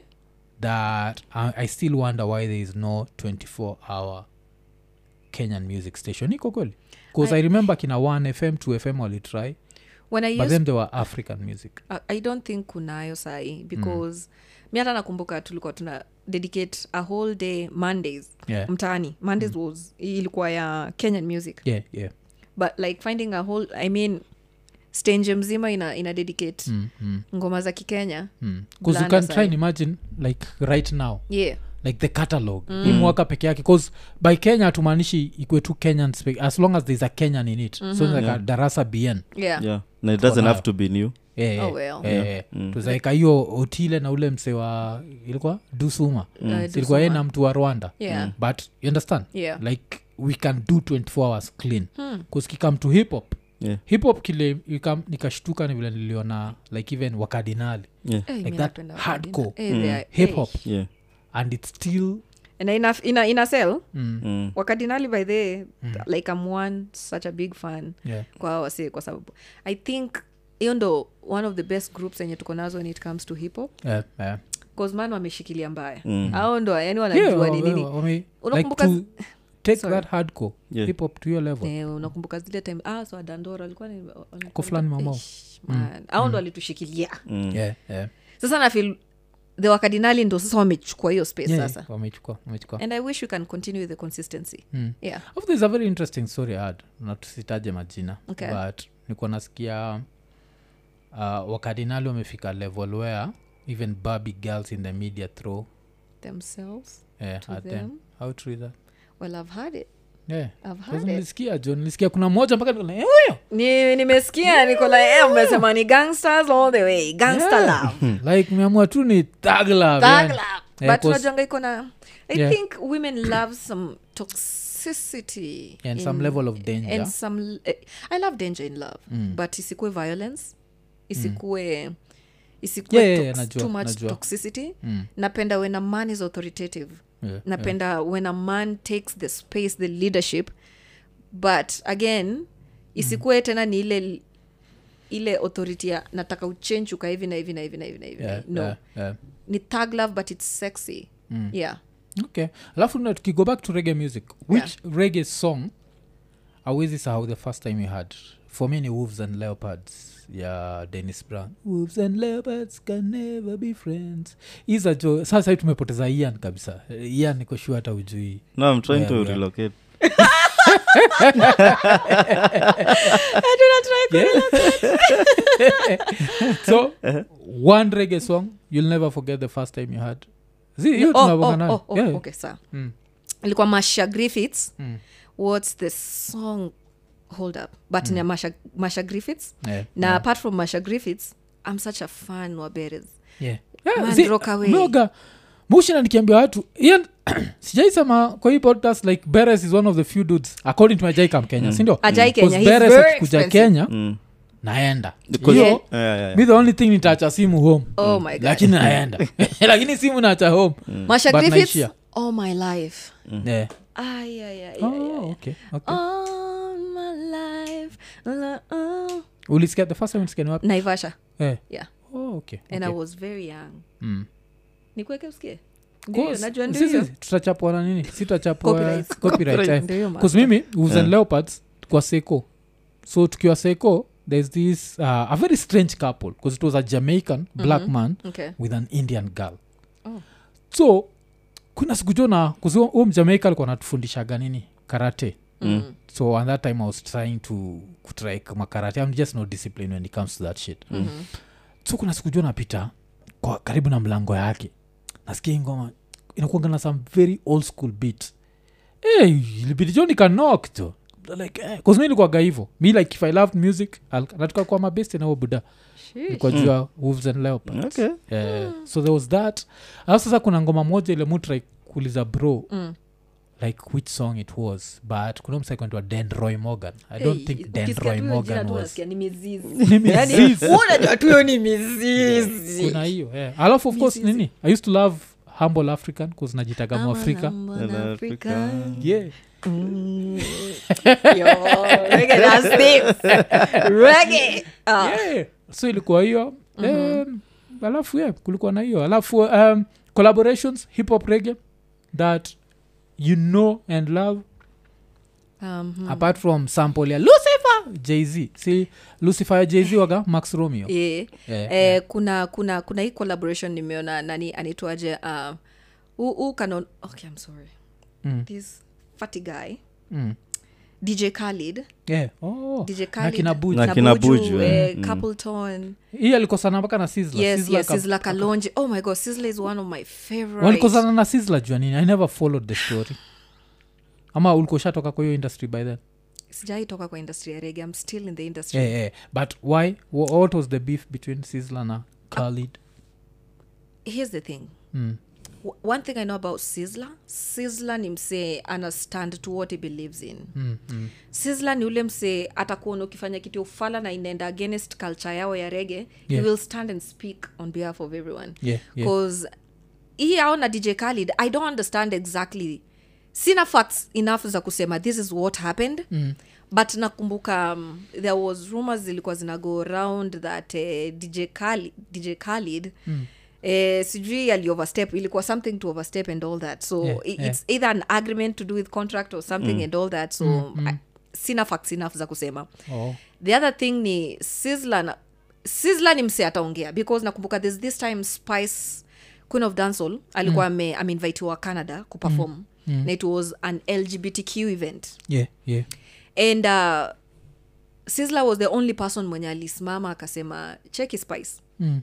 [SPEAKER 1] that I, i still wonder why there is no 24 hour kenyan music station iko kweli bcause I, i remember kina 1 fm 2 fm walitry
[SPEAKER 2] when i
[SPEAKER 1] but
[SPEAKER 2] used
[SPEAKER 1] then they were african music
[SPEAKER 2] I- i don't think kunayo
[SPEAKER 1] Mm.
[SPEAKER 2] sahi because mi hata nakumbuka tulikuwa tuna dedicate a whole day mondays
[SPEAKER 1] Yeah. Mm.
[SPEAKER 2] mtaani mondays was ilikuwa ya kenyan music
[SPEAKER 1] yeah yeah
[SPEAKER 2] but like finding a whole i mean stage mzima ina, ina dedicate
[SPEAKER 1] Mm,
[SPEAKER 2] ngoma za kikenya
[SPEAKER 1] because Hmm. you
[SPEAKER 2] Blanda
[SPEAKER 1] can try
[SPEAKER 2] side.
[SPEAKER 1] and imagine like right now
[SPEAKER 2] yeah
[SPEAKER 1] like the catalog mm. hii mwaka peke yake bcause by kenya hatumaanishi ikwe tu kenyan spe- as long as there's a kenyan in it mm-hmm. so like a darasa bn
[SPEAKER 2] yeah,
[SPEAKER 3] Yeah. No, it doesn't have to be new.
[SPEAKER 1] Eh,
[SPEAKER 2] Oh,
[SPEAKER 1] eh,
[SPEAKER 2] well.
[SPEAKER 1] eh, eh. tuzaeka hiyo otile na ule mse wa ilikuwa dusuma
[SPEAKER 2] Eh,
[SPEAKER 1] Si ilikuwa ye
[SPEAKER 2] Dusuma.
[SPEAKER 1] na mtu wa rwanda
[SPEAKER 2] Yeah. Mm.
[SPEAKER 1] but you understand
[SPEAKER 2] Yeah. Hmm.
[SPEAKER 1] like we can do 24 hours clean kusikika mtu hip hop
[SPEAKER 3] Yeah.
[SPEAKER 1] hip hop kile ikam- nikashtuka ni vile niliona like even wakadinali
[SPEAKER 3] Yeah.
[SPEAKER 2] Eh,
[SPEAKER 1] Like
[SPEAKER 2] mi
[SPEAKER 1] that
[SPEAKER 2] napenda
[SPEAKER 1] hardcore,
[SPEAKER 2] wakadina. Eh, they are-
[SPEAKER 1] hip
[SPEAKER 2] eh.
[SPEAKER 1] hop
[SPEAKER 3] Yeah.
[SPEAKER 1] and it's still
[SPEAKER 2] na ina, ina, ina sell
[SPEAKER 3] Mm.
[SPEAKER 2] wakadinali by the
[SPEAKER 1] Mm.
[SPEAKER 2] like am one such a big fan
[SPEAKER 1] Yeah.
[SPEAKER 2] kwa hawa wasee kwa sababu i think hiyo ndo one of the best groups enye tuko nazo when it comes to hip hop
[SPEAKER 1] eh, eh.
[SPEAKER 2] kosman wameshikilia mbaya au ndo yani wanajua
[SPEAKER 1] Yeah,
[SPEAKER 2] ni
[SPEAKER 1] wa-
[SPEAKER 2] nini
[SPEAKER 1] wa- wame- like
[SPEAKER 2] Unakumbuka
[SPEAKER 1] to take
[SPEAKER 2] Sorry.
[SPEAKER 1] that hardcore
[SPEAKER 3] Yeah.
[SPEAKER 1] hip hop to your level
[SPEAKER 2] Eh, unakumbuka zile time ah, so adandora alikuwa ni- walikuwa
[SPEAKER 1] Kwa fulani Mm.
[SPEAKER 2] ni-
[SPEAKER 1] mamao.
[SPEAKER 2] Eish, man. au ndo alitushikilia
[SPEAKER 3] mm.
[SPEAKER 1] Yeah, yeah.
[SPEAKER 2] sasa nafil the wakadinali ndo sasa wamechukua hiyo space
[SPEAKER 1] Yeah,
[SPEAKER 2] sasa
[SPEAKER 1] wamechukua wamechukua
[SPEAKER 2] and i wish we can continue with the consistency
[SPEAKER 1] Mm.
[SPEAKER 2] yeah
[SPEAKER 1] Of there's a very interesting story I had na tusitaje majina
[SPEAKER 2] Okay.
[SPEAKER 1] but nilikuwa nasikia uh, wakardinali wamefika level where even baby girls in the media throw
[SPEAKER 2] themselves
[SPEAKER 1] eh,
[SPEAKER 2] To
[SPEAKER 1] at them.
[SPEAKER 2] them.
[SPEAKER 1] how true is that
[SPEAKER 2] well i've had it
[SPEAKER 1] yeah
[SPEAKER 2] I've
[SPEAKER 1] Because
[SPEAKER 2] heard it.
[SPEAKER 1] nilisikia jo nilisikia kuna mmoja mpaka nilikuwa like, "Eh,
[SPEAKER 2] Ni- nimesikia nikola eh, umesema ni gangsters all the way gangster love
[SPEAKER 1] wewe!" like meamua tu ni thug love,
[SPEAKER 2] Thug
[SPEAKER 1] yani.
[SPEAKER 2] love.
[SPEAKER 1] Eh,
[SPEAKER 2] but
[SPEAKER 1] 'cause-
[SPEAKER 2] unajuanga iko na i
[SPEAKER 1] Yeah.
[SPEAKER 2] think women love some toxicity
[SPEAKER 1] And some level of danger. Mm.
[SPEAKER 2] and some eh, i love danger in love but isikuwe violence isikuwe isikuwe
[SPEAKER 1] Yeah, yeah, yeah,
[SPEAKER 2] tox-
[SPEAKER 1] najua,
[SPEAKER 2] too much
[SPEAKER 1] najua. Mm.
[SPEAKER 2] toxicity napenda when a man is authoritative
[SPEAKER 1] Yeah,
[SPEAKER 2] napenda when a man takes the space the leadership but
[SPEAKER 1] Mm.
[SPEAKER 2] again isikuwe tena ni ile ile authority ya nataka uchenji uka hivi na hivi na hivi na hivi na hivi na
[SPEAKER 1] yeah,
[SPEAKER 2] hivi." no
[SPEAKER 1] yeah, yeah.
[SPEAKER 2] ni thug love but it's sexy
[SPEAKER 1] Mm.
[SPEAKER 2] yeah
[SPEAKER 1] okay alafu na tukigo back to reggae music which reggae song awezi sahau the first time you had for me ni wolves and leopards ya dennis brown wolves and leopards can never be friends iza jo sasa hii tumepoteza ian kabisa ian niko sure hata ujui
[SPEAKER 3] No, I'm trying
[SPEAKER 1] Yeah,
[SPEAKER 3] to
[SPEAKER 1] yeah.
[SPEAKER 3] relocate.
[SPEAKER 2] Eh,
[SPEAKER 1] so one reggae song you'll never forget the first time you had Zi- hiyo
[SPEAKER 2] oh,
[SPEAKER 1] tunabonga
[SPEAKER 2] oh,
[SPEAKER 1] nayo.
[SPEAKER 2] oh, oh,
[SPEAKER 1] Yeah. Mm.
[SPEAKER 2] okay sawa ilikuwa masha griffiths what's the song hold up but ni ya masha, masha griffiths
[SPEAKER 1] Mm. Yeah,
[SPEAKER 2] na apart from masha griffiths i'm such a fan wa beres
[SPEAKER 1] yeah.
[SPEAKER 2] Man,
[SPEAKER 1] Eh, see,
[SPEAKER 2] rock away.
[SPEAKER 1] mwoga- mushina nikiambia watu ian sijaisema kwa hii podcast like beres is one of the few dudes according to my jaikam kenya mm. sindio
[SPEAKER 2] Ajai Ah, Kenya, he's
[SPEAKER 1] beres
[SPEAKER 2] very
[SPEAKER 1] akikuja
[SPEAKER 2] expensive.
[SPEAKER 1] kenya
[SPEAKER 3] Mm.
[SPEAKER 1] naenda
[SPEAKER 3] Because-
[SPEAKER 1] Hiyo,
[SPEAKER 3] Yeah, yeah, yeah.
[SPEAKER 1] mi the only thing nitaacha simu home
[SPEAKER 2] Oh my God.
[SPEAKER 1] Mm. lakini naenda lakini simu naacha home
[SPEAKER 2] Masha
[SPEAKER 1] But
[SPEAKER 2] Griffiths,
[SPEAKER 1] Naishia.
[SPEAKER 2] all my life
[SPEAKER 1] yeah.
[SPEAKER 2] ay, ay, ay, ay, ay.
[SPEAKER 1] oh, okay, okay.
[SPEAKER 2] All my life. La, uh,
[SPEAKER 1] ulisikia the first time ulisikia ni wapi
[SPEAKER 2] naivasha
[SPEAKER 1] Eh.
[SPEAKER 2] yeah
[SPEAKER 1] Oh, okay,
[SPEAKER 2] and i
[SPEAKER 1] okay.
[SPEAKER 2] was very young
[SPEAKER 1] Mm.
[SPEAKER 2] nikuweke msikie
[SPEAKER 1] Course.
[SPEAKER 2] Ndiyo, najua
[SPEAKER 1] Sisi,
[SPEAKER 2] ndio
[SPEAKER 1] tutachapwa na nini si tutachapwa
[SPEAKER 2] Copyrights.
[SPEAKER 1] copyright, eh.
[SPEAKER 2] Ndio hiyo
[SPEAKER 1] Because mimi wolves and leopards kwa seco so tukiwa seco there's this uh, a very strange couple because it was a jamaican black man
[SPEAKER 2] ma- okay
[SPEAKER 1] with an indian girl
[SPEAKER 2] Oh.
[SPEAKER 1] so kuna sikujona kuzuo mjamaica alikuwa anatufundishaga nini karate
[SPEAKER 2] Mm.
[SPEAKER 1] so at that time i was trying to kutrike makarate i'm just not disciplined when it comes to that shit
[SPEAKER 2] Mhm.
[SPEAKER 1] so kuna siku jua napita kwa karibu na mlango yake nasikia hii ngoma inakuanga na some very old school beat hey, ilibidi jo nikanok jo like, eh, 'cause mi nilikuwaga hivo mi like if i loved music I'll- natuka kwa mabesti nawo buda
[SPEAKER 2] Sheesh.
[SPEAKER 1] nilikuwa jua wolves and leopards
[SPEAKER 3] Okay.
[SPEAKER 1] Eh, so there was that alafu sasa kuna ngoma moja ile mutrai kuuliza bro
[SPEAKER 2] Mm.
[SPEAKER 1] like which song it was but kuna msakwendwa den roy morgan i don't
[SPEAKER 2] Hey,
[SPEAKER 1] think den
[SPEAKER 2] Eh, ukisikia
[SPEAKER 1] roy
[SPEAKER 2] tu hilo jina
[SPEAKER 1] morgan
[SPEAKER 2] tu
[SPEAKER 1] was
[SPEAKER 2] unasikia ni mizizi.
[SPEAKER 1] Ni
[SPEAKER 2] Yaani,
[SPEAKER 1] mizizi.
[SPEAKER 2] unajua tu hiyo ni mizizi
[SPEAKER 1] kuna hiyo yeah. alafu of course
[SPEAKER 2] Mizizi.
[SPEAKER 1] nini i used to love humble african bcause najitaga
[SPEAKER 2] Ah, I'm an
[SPEAKER 1] mwafrika
[SPEAKER 2] humble
[SPEAKER 3] An
[SPEAKER 2] African.
[SPEAKER 3] African.
[SPEAKER 1] yeah.
[SPEAKER 2] Mm. Yo, reggae, that's it. Reggae. Ah.
[SPEAKER 1] yeah. so ilikuwa hiyo
[SPEAKER 2] Mm-hmm.
[SPEAKER 1] Em, alafu yeah, kulikuwa na hiyo alafu um, collaborations hip hop reggae that you know and love
[SPEAKER 2] Um,
[SPEAKER 1] apart from sample ya lucifer jz si lucifer ya jz waga max romeo
[SPEAKER 2] yeah.
[SPEAKER 1] Yeah,
[SPEAKER 2] eh, kuna kuna kuna hii collaboration nimeona nani anaitwaje uh, who, who can okay i'm sorry
[SPEAKER 1] Mm.
[SPEAKER 2] this fatty guy
[SPEAKER 1] Mm.
[SPEAKER 2] dj khalid
[SPEAKER 1] Yeah. Oh.
[SPEAKER 2] dj
[SPEAKER 1] Na
[SPEAKER 2] khalid
[SPEAKER 1] kina Buju.
[SPEAKER 3] Na
[SPEAKER 2] na
[SPEAKER 3] kina
[SPEAKER 2] Buju,
[SPEAKER 3] Buju,
[SPEAKER 2] eh,
[SPEAKER 3] eh. Mm.
[SPEAKER 2] Coupleton.
[SPEAKER 1] hii alikosana mpaka na Sizzla.
[SPEAKER 2] yes
[SPEAKER 1] Sizzla
[SPEAKER 2] yes
[SPEAKER 1] ka-
[SPEAKER 2] Sizzla kalonji oh my god Sizzla is one of my favorite
[SPEAKER 1] walikosana na Sizzla jua nini i never followed the story ama ulikoshatoka kwa hiyo industry by then
[SPEAKER 2] sijaitoka kwa industry ya rege i'm still in the industry
[SPEAKER 1] yeah, yeah. but why Wha- what was the beef between Sizzla na khalid
[SPEAKER 2] here's the thing
[SPEAKER 1] Mm.
[SPEAKER 2] W- one thing i know about sizzler sizzler ni msee anastand to what he believes in
[SPEAKER 1] Hmm,
[SPEAKER 2] mm, mm. sizzler ni ule msee atakuona ukifanya kitu ya ufala na inaenda against culture yao ya rege
[SPEAKER 1] Yeah.
[SPEAKER 2] he will stand and speak on behalf of everyone
[SPEAKER 1] Yeah, yeah.
[SPEAKER 2] bcause hii ao na dj khalid i don't understand exactly sina facts enough za kusema this is what happened mm. but nakumbuka um, there was rumors zilikuwa zina go round that eh, dj khalid, DJ khalid mm. Eh, sijui alioverstep ilikuwa something to overstep and all that so
[SPEAKER 1] Yeah,
[SPEAKER 2] yeah,
[SPEAKER 1] yeah.
[SPEAKER 2] it's either an agreement to do with contract or something mm. and all that so mm. I, sina facts enough za kusema
[SPEAKER 1] oh.
[SPEAKER 2] the other thing ni Sizzler na Sizzler ni mse ataongea because nakumbuka this, this time spice queen of dancehall alikuwa mm. ameinvitiwa canada kuperform mm. Mm. na it was an lgbtq event
[SPEAKER 1] yeah, yeah.
[SPEAKER 2] and uh, Sizzler was the only person mwenye alisimama akasema cheki spice
[SPEAKER 1] Mm.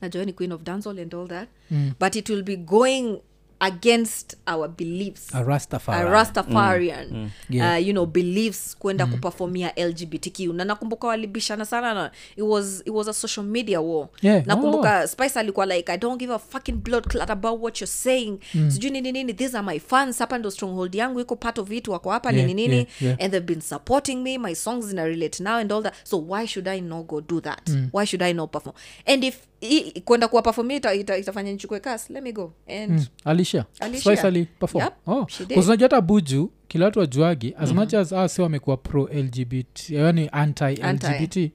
[SPEAKER 2] najua ni queen of dancehall and all that mm. but it will be going against our beliefs
[SPEAKER 1] A Rastafari.
[SPEAKER 2] a Uh, rastafarian
[SPEAKER 1] Mm, Yeah. Mm.
[SPEAKER 2] uh, you know beliefs kwenda kupafomia lgbtq na nakumbuka walibishana sana na it was, it was a social media war
[SPEAKER 1] Yeah, Oh.
[SPEAKER 2] nakumbuka spice alikuwa like i don't give a fucking blood clot about what you're saying mm. sijui nini nini these are my fans hapa ndo stronghold yangu iko part of it wako hapa
[SPEAKER 1] Yeah,
[SPEAKER 2] nini nini
[SPEAKER 1] yeah, yeah.
[SPEAKER 2] and they've been supporting me my songs in a relate now and all that so why should i not go do that
[SPEAKER 1] Mm.
[SPEAKER 2] why should i not perform and if i- kwenda kuwa performia ita, ita, itafanya nichukue kas let me go and
[SPEAKER 1] Mm. alishia
[SPEAKER 2] Alishia.
[SPEAKER 1] Spice ali perform
[SPEAKER 2] Yep,
[SPEAKER 1] oh.
[SPEAKER 2] she did.
[SPEAKER 1] 'Cause unajua hata buju kila watu wajuagi as much as asi wamekuwa pro lgbt yani anti lgbt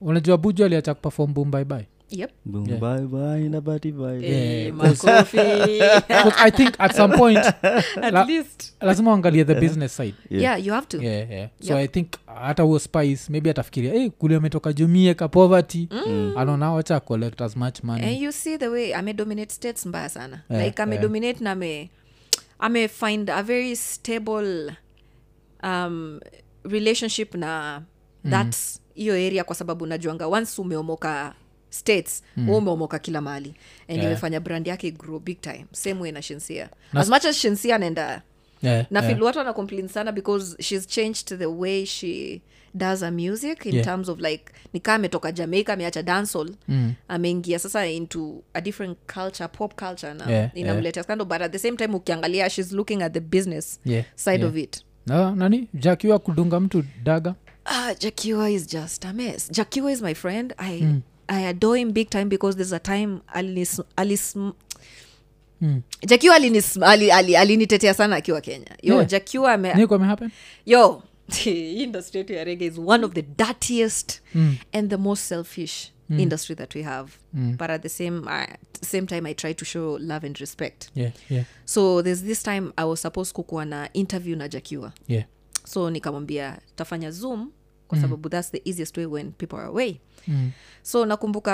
[SPEAKER 1] unajua buju aliacha kuperform bumbaibai
[SPEAKER 2] yep
[SPEAKER 3] Boom, bye, bye, na bati, bye.
[SPEAKER 2] Eh, makofi
[SPEAKER 1] i think at some point la-
[SPEAKER 2] at least
[SPEAKER 1] lazima uangalie the business side
[SPEAKER 2] yeah. you have to
[SPEAKER 1] yeah, yeah. so
[SPEAKER 2] Yep.
[SPEAKER 1] i think hata huo spice maybe atafikiria hey, kule ametoka jumieka poverty mm. anaona wacha collect as much money
[SPEAKER 2] and you see the way amedominate states mbaya sana like amedominate na ame amefind a very stable um, relationship na that hiyo area kwa sababu najuanga once umeomoka states mm. umeomoka kila mahali and
[SPEAKER 1] Yeah.
[SPEAKER 2] imefanya brand yake grow big time same way na shensia as much as shensia anaenda
[SPEAKER 1] Yeah,
[SPEAKER 2] na
[SPEAKER 1] yeah.
[SPEAKER 2] feel watu wana complain sana because she's changed the way she does her music in
[SPEAKER 1] Yeah.
[SPEAKER 2] terms of like nikaa ametoka jamaica ameacha dancehall
[SPEAKER 1] Mm.
[SPEAKER 2] ameingia sasa into a different culture pop culture na
[SPEAKER 1] Yeah,
[SPEAKER 2] inamletea scandal but at the same time ukiangalia she's looking at the business
[SPEAKER 1] Yeah,
[SPEAKER 2] side
[SPEAKER 1] yeah.
[SPEAKER 2] of it
[SPEAKER 1] na nani jakiwa kudunga mtu daga
[SPEAKER 2] Ah, Jakiwa is just a mess. Jakiwa is my friend. I
[SPEAKER 1] Mm.
[SPEAKER 2] I adore him big time because there's a time alinis, alis
[SPEAKER 1] Mm.
[SPEAKER 2] Jakiwa alinis, ali, ali, alinitetea sana akiwa Kenya. Yo,
[SPEAKER 1] Yeah.
[SPEAKER 2] Jakiwa ame,
[SPEAKER 1] niko amehappen
[SPEAKER 2] yo hii industry yetu ya rege is one of the dirtiest and the most selfish industry that we have but at the same, uh, same time i try to show love and respect
[SPEAKER 1] yeah, yeah,
[SPEAKER 2] so there's this time i was supposed kukuwa na interview na jakiwa
[SPEAKER 1] yeah.
[SPEAKER 2] so nikamwambia tafanya zoom kwa sababu that's the easiest way when people are away
[SPEAKER 1] Mm.
[SPEAKER 2] so nakumbuka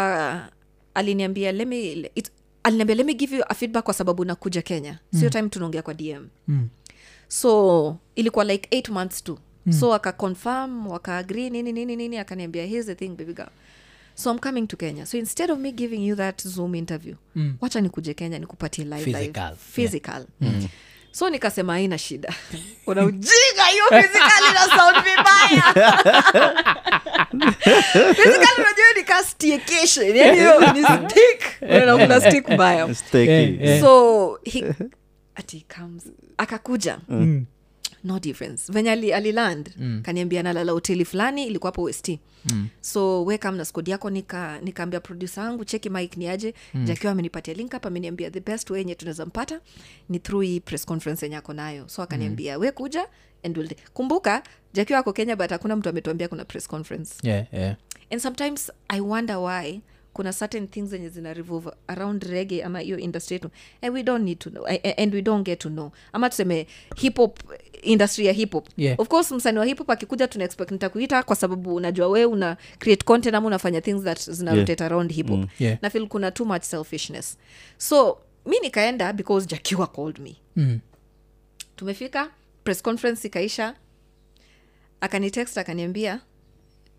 [SPEAKER 2] uh, aliniambia let me it, aliniambia let me give you a feedback kwa sababu nakuja kenya sio time tunaongea kwa dm
[SPEAKER 1] Mm.
[SPEAKER 2] so ilikuwa like eight months tu mm. so akaconfirm wakaagri nini nini nini akaniambia here's the thing baby girl so i'm coming to kenya so instead of me giving you that zoom interview mm. wacha nikuje kenya nikupatie live live.
[SPEAKER 1] Physical,
[SPEAKER 2] physical. Mm. so nikasema haina shida unaujinga hiyo physical ina sound vibaya physical unajua ni ka staycation, yani hiyo ni stick Unaona, kuna stick mbaya
[SPEAKER 3] Steki.
[SPEAKER 1] Eh.
[SPEAKER 2] so he, ati comes akakuja no difference venye ali, aliland mm. kaniambia nalala hoteli fulani ilikuwa hapo west mm. so wekam na skodi yako nika- nikaambia produsa wangu cheki mike ni aje mm. jakiwa amenipatia link up ameniambia the best way yenye tunaweza mpata ni through hii press conference yenye ako nayo so akaniambia mm. we kuja and we'll kumbuka jakiwa ako kenya but hakuna mtu ametuambia kuna press conference
[SPEAKER 1] yeah, yeah.
[SPEAKER 2] and sometimes i wonder why kuna certain things zenye zina revolve around rege ama hiyo industry yetu and we don't need to know a- a- and we don't get to know ama tuseme hip hop industry ya hip hop
[SPEAKER 1] Yeah.
[SPEAKER 2] of course msanii wa hip hop akikuja tuna expect nitakuita kwa sababu unajua wewe una create content ama unafanya things that zina
[SPEAKER 3] Yeah.
[SPEAKER 2] rotate around hip hop mm.
[SPEAKER 1] Yeah.
[SPEAKER 2] na feel kuna too much selfishness so mi nikaenda because jakiwa called me
[SPEAKER 1] Mm.
[SPEAKER 2] tumefika press conference ikaisha akanitext akaniambia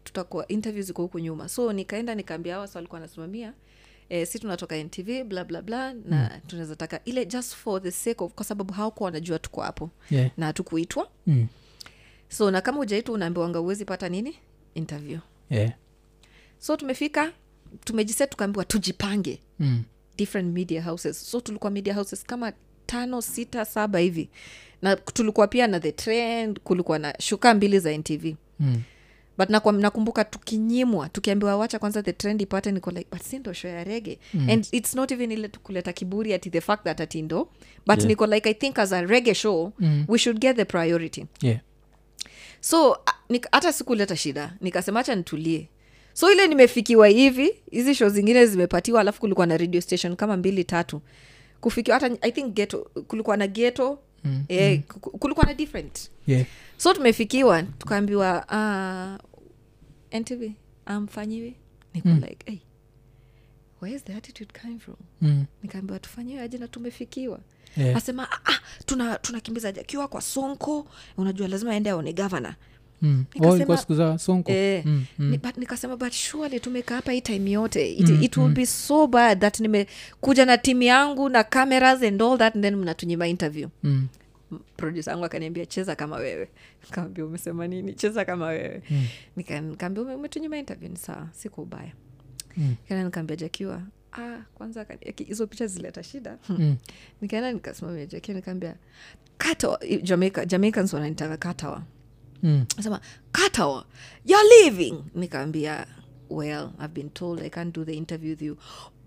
[SPEAKER 2] tutakuwa interview ziko huku nyuma so nikaenda nikaambia hawa so walikuwa wanasimamia e, si tunatoka ntv bla bla bla na mm. tunaweza taka ile just for the sake of kwa sababu hawakuwa wanajua tuko hapo
[SPEAKER 1] Yeah.
[SPEAKER 2] na hatukuitwa
[SPEAKER 1] Mm.
[SPEAKER 2] so na kama ujaitwa unaambiwanga uwezi pata nini interview
[SPEAKER 1] Yeah.
[SPEAKER 2] so tumefika tumejiset tukaambiwa tujipange
[SPEAKER 1] Mm.
[SPEAKER 2] different media houses so tulikuwa media houses kama tano sita saba hivi na tulikuwa pia na the trend kulikuwa na shuka mbili za ntv
[SPEAKER 1] Mm.
[SPEAKER 2] but nakuwa- nakumbuka tukinyimwa tukiambiwa wacha kwanza the trend ipate niko like but si ndo show ya rege mm. and its not even ile tu kuleta kiburi ati the fact that ati ndo but yeah. niko like i think as a rege show mm. we should get the priority
[SPEAKER 1] Yeah.
[SPEAKER 2] so a- nik- hata sikuleta shida nikasema hacha nitulie so ile nimefikiwa hivi hizi show zingine zimepatiwa alafu kulikuwa na radio station kama mbili tatu kufikiwa hata i think geto kulikuwa na geto mm, eh, mm. kulikuwa na different
[SPEAKER 1] Yeah.
[SPEAKER 2] so tumefikiwa tukaambiwa "Ah, uh, ntv amfanyiwi niko mm. like hey, where is the attitude coming from
[SPEAKER 1] Mm.
[SPEAKER 2] nikaambiwa tufanyiwe aje na tumefikiwa
[SPEAKER 1] Yeah.
[SPEAKER 2] asema "Ah, ah, tuna tunakimbiza jakiwa kwa sonko unajua lazima aende aone gavana
[SPEAKER 1] Mm.
[SPEAKER 2] Nikasema-
[SPEAKER 1] Oh, ilikuwa siku za sonko
[SPEAKER 2] Eh,
[SPEAKER 1] Mm, Mm,
[SPEAKER 2] ni- but nikasema but surely tumekaa hapa hii time yote it, it will be so bad that nimekuja na timu yangu na cameras and all that and then mnatunyima interview
[SPEAKER 1] Mm.
[SPEAKER 2] produsa wangu akaniambia cheza kama wewe kaambia umesema nini cheza kama wewe mm. nikaambia "Ume- umetunyima interview ni sawa siku ubaya
[SPEAKER 1] Mm.
[SPEAKER 2] kana nikaambia jakiwa ah, kwanza akani- aki- hizo picha zileta shida
[SPEAKER 1] Mm.
[SPEAKER 2] nikaenda nikasimamia jakiwa nikaambia katawa jamaica jamaicans wananitaka katawa
[SPEAKER 1] Mm.
[SPEAKER 2] sema katawa you're leaving nikaambia well i've been told i can't do the interview with you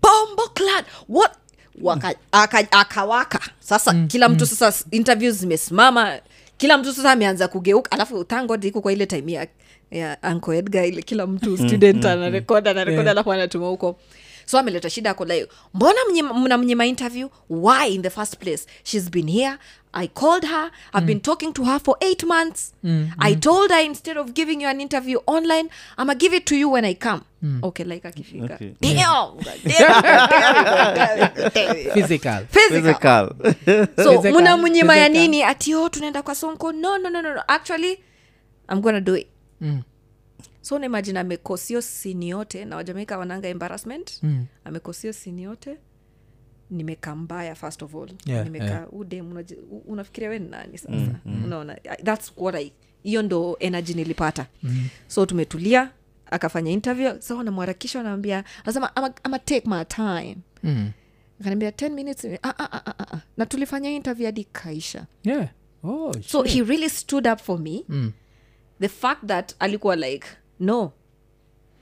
[SPEAKER 2] bombo clad what Waka- aka- akawaka sasa kila mtu sasa s- interviews zimesimama kila mtu sasa ameanza kugeuka alafu tangod iko kwa ile time ya, ya anko edgar ile kila mtu student anarekod anarekod alafu anatuma huko so ameleta shida ako like mbona mnyima- mnamnyima interview why in the first place she's been here i called her i've been talking to her for eight months i told her instead of giving you an interview online i'ma give it to you when i come okay like akifika
[SPEAKER 3] Okay.
[SPEAKER 2] Damn, damn, damn.
[SPEAKER 1] physical
[SPEAKER 2] Physical
[SPEAKER 3] Physical.
[SPEAKER 2] so
[SPEAKER 1] Physical,
[SPEAKER 2] muna mnyima ya
[SPEAKER 1] physical.
[SPEAKER 2] nini ati o tunaenda kwa sonko no, no, no, no, no. actually i'm gonna do it
[SPEAKER 1] Mm.
[SPEAKER 2] so naimajin amekosio sini yote na wajamaika wananga embarrassment mm. amekosio sini yote nimekaa mbaya first of all
[SPEAKER 1] Yeah,
[SPEAKER 2] nimekaa
[SPEAKER 1] yeah. Mm,
[SPEAKER 2] udem unaji- u- unafikiria we ni nani sasa unaona I- thats what I, hiyo ndo energy nilipata mm. so tumetulia akafanya interview so namharakisha anaambia anasema "Ama- ama take my time
[SPEAKER 1] mm.
[SPEAKER 2] akaniambia 10 minutes ah, ah, ah, ah, ah. na tulifanya interview hadi kaisha
[SPEAKER 1] yeah. oh,
[SPEAKER 2] so
[SPEAKER 1] shit.
[SPEAKER 2] he really stood up for me
[SPEAKER 1] Mm.
[SPEAKER 2] the fact that alikuwa like no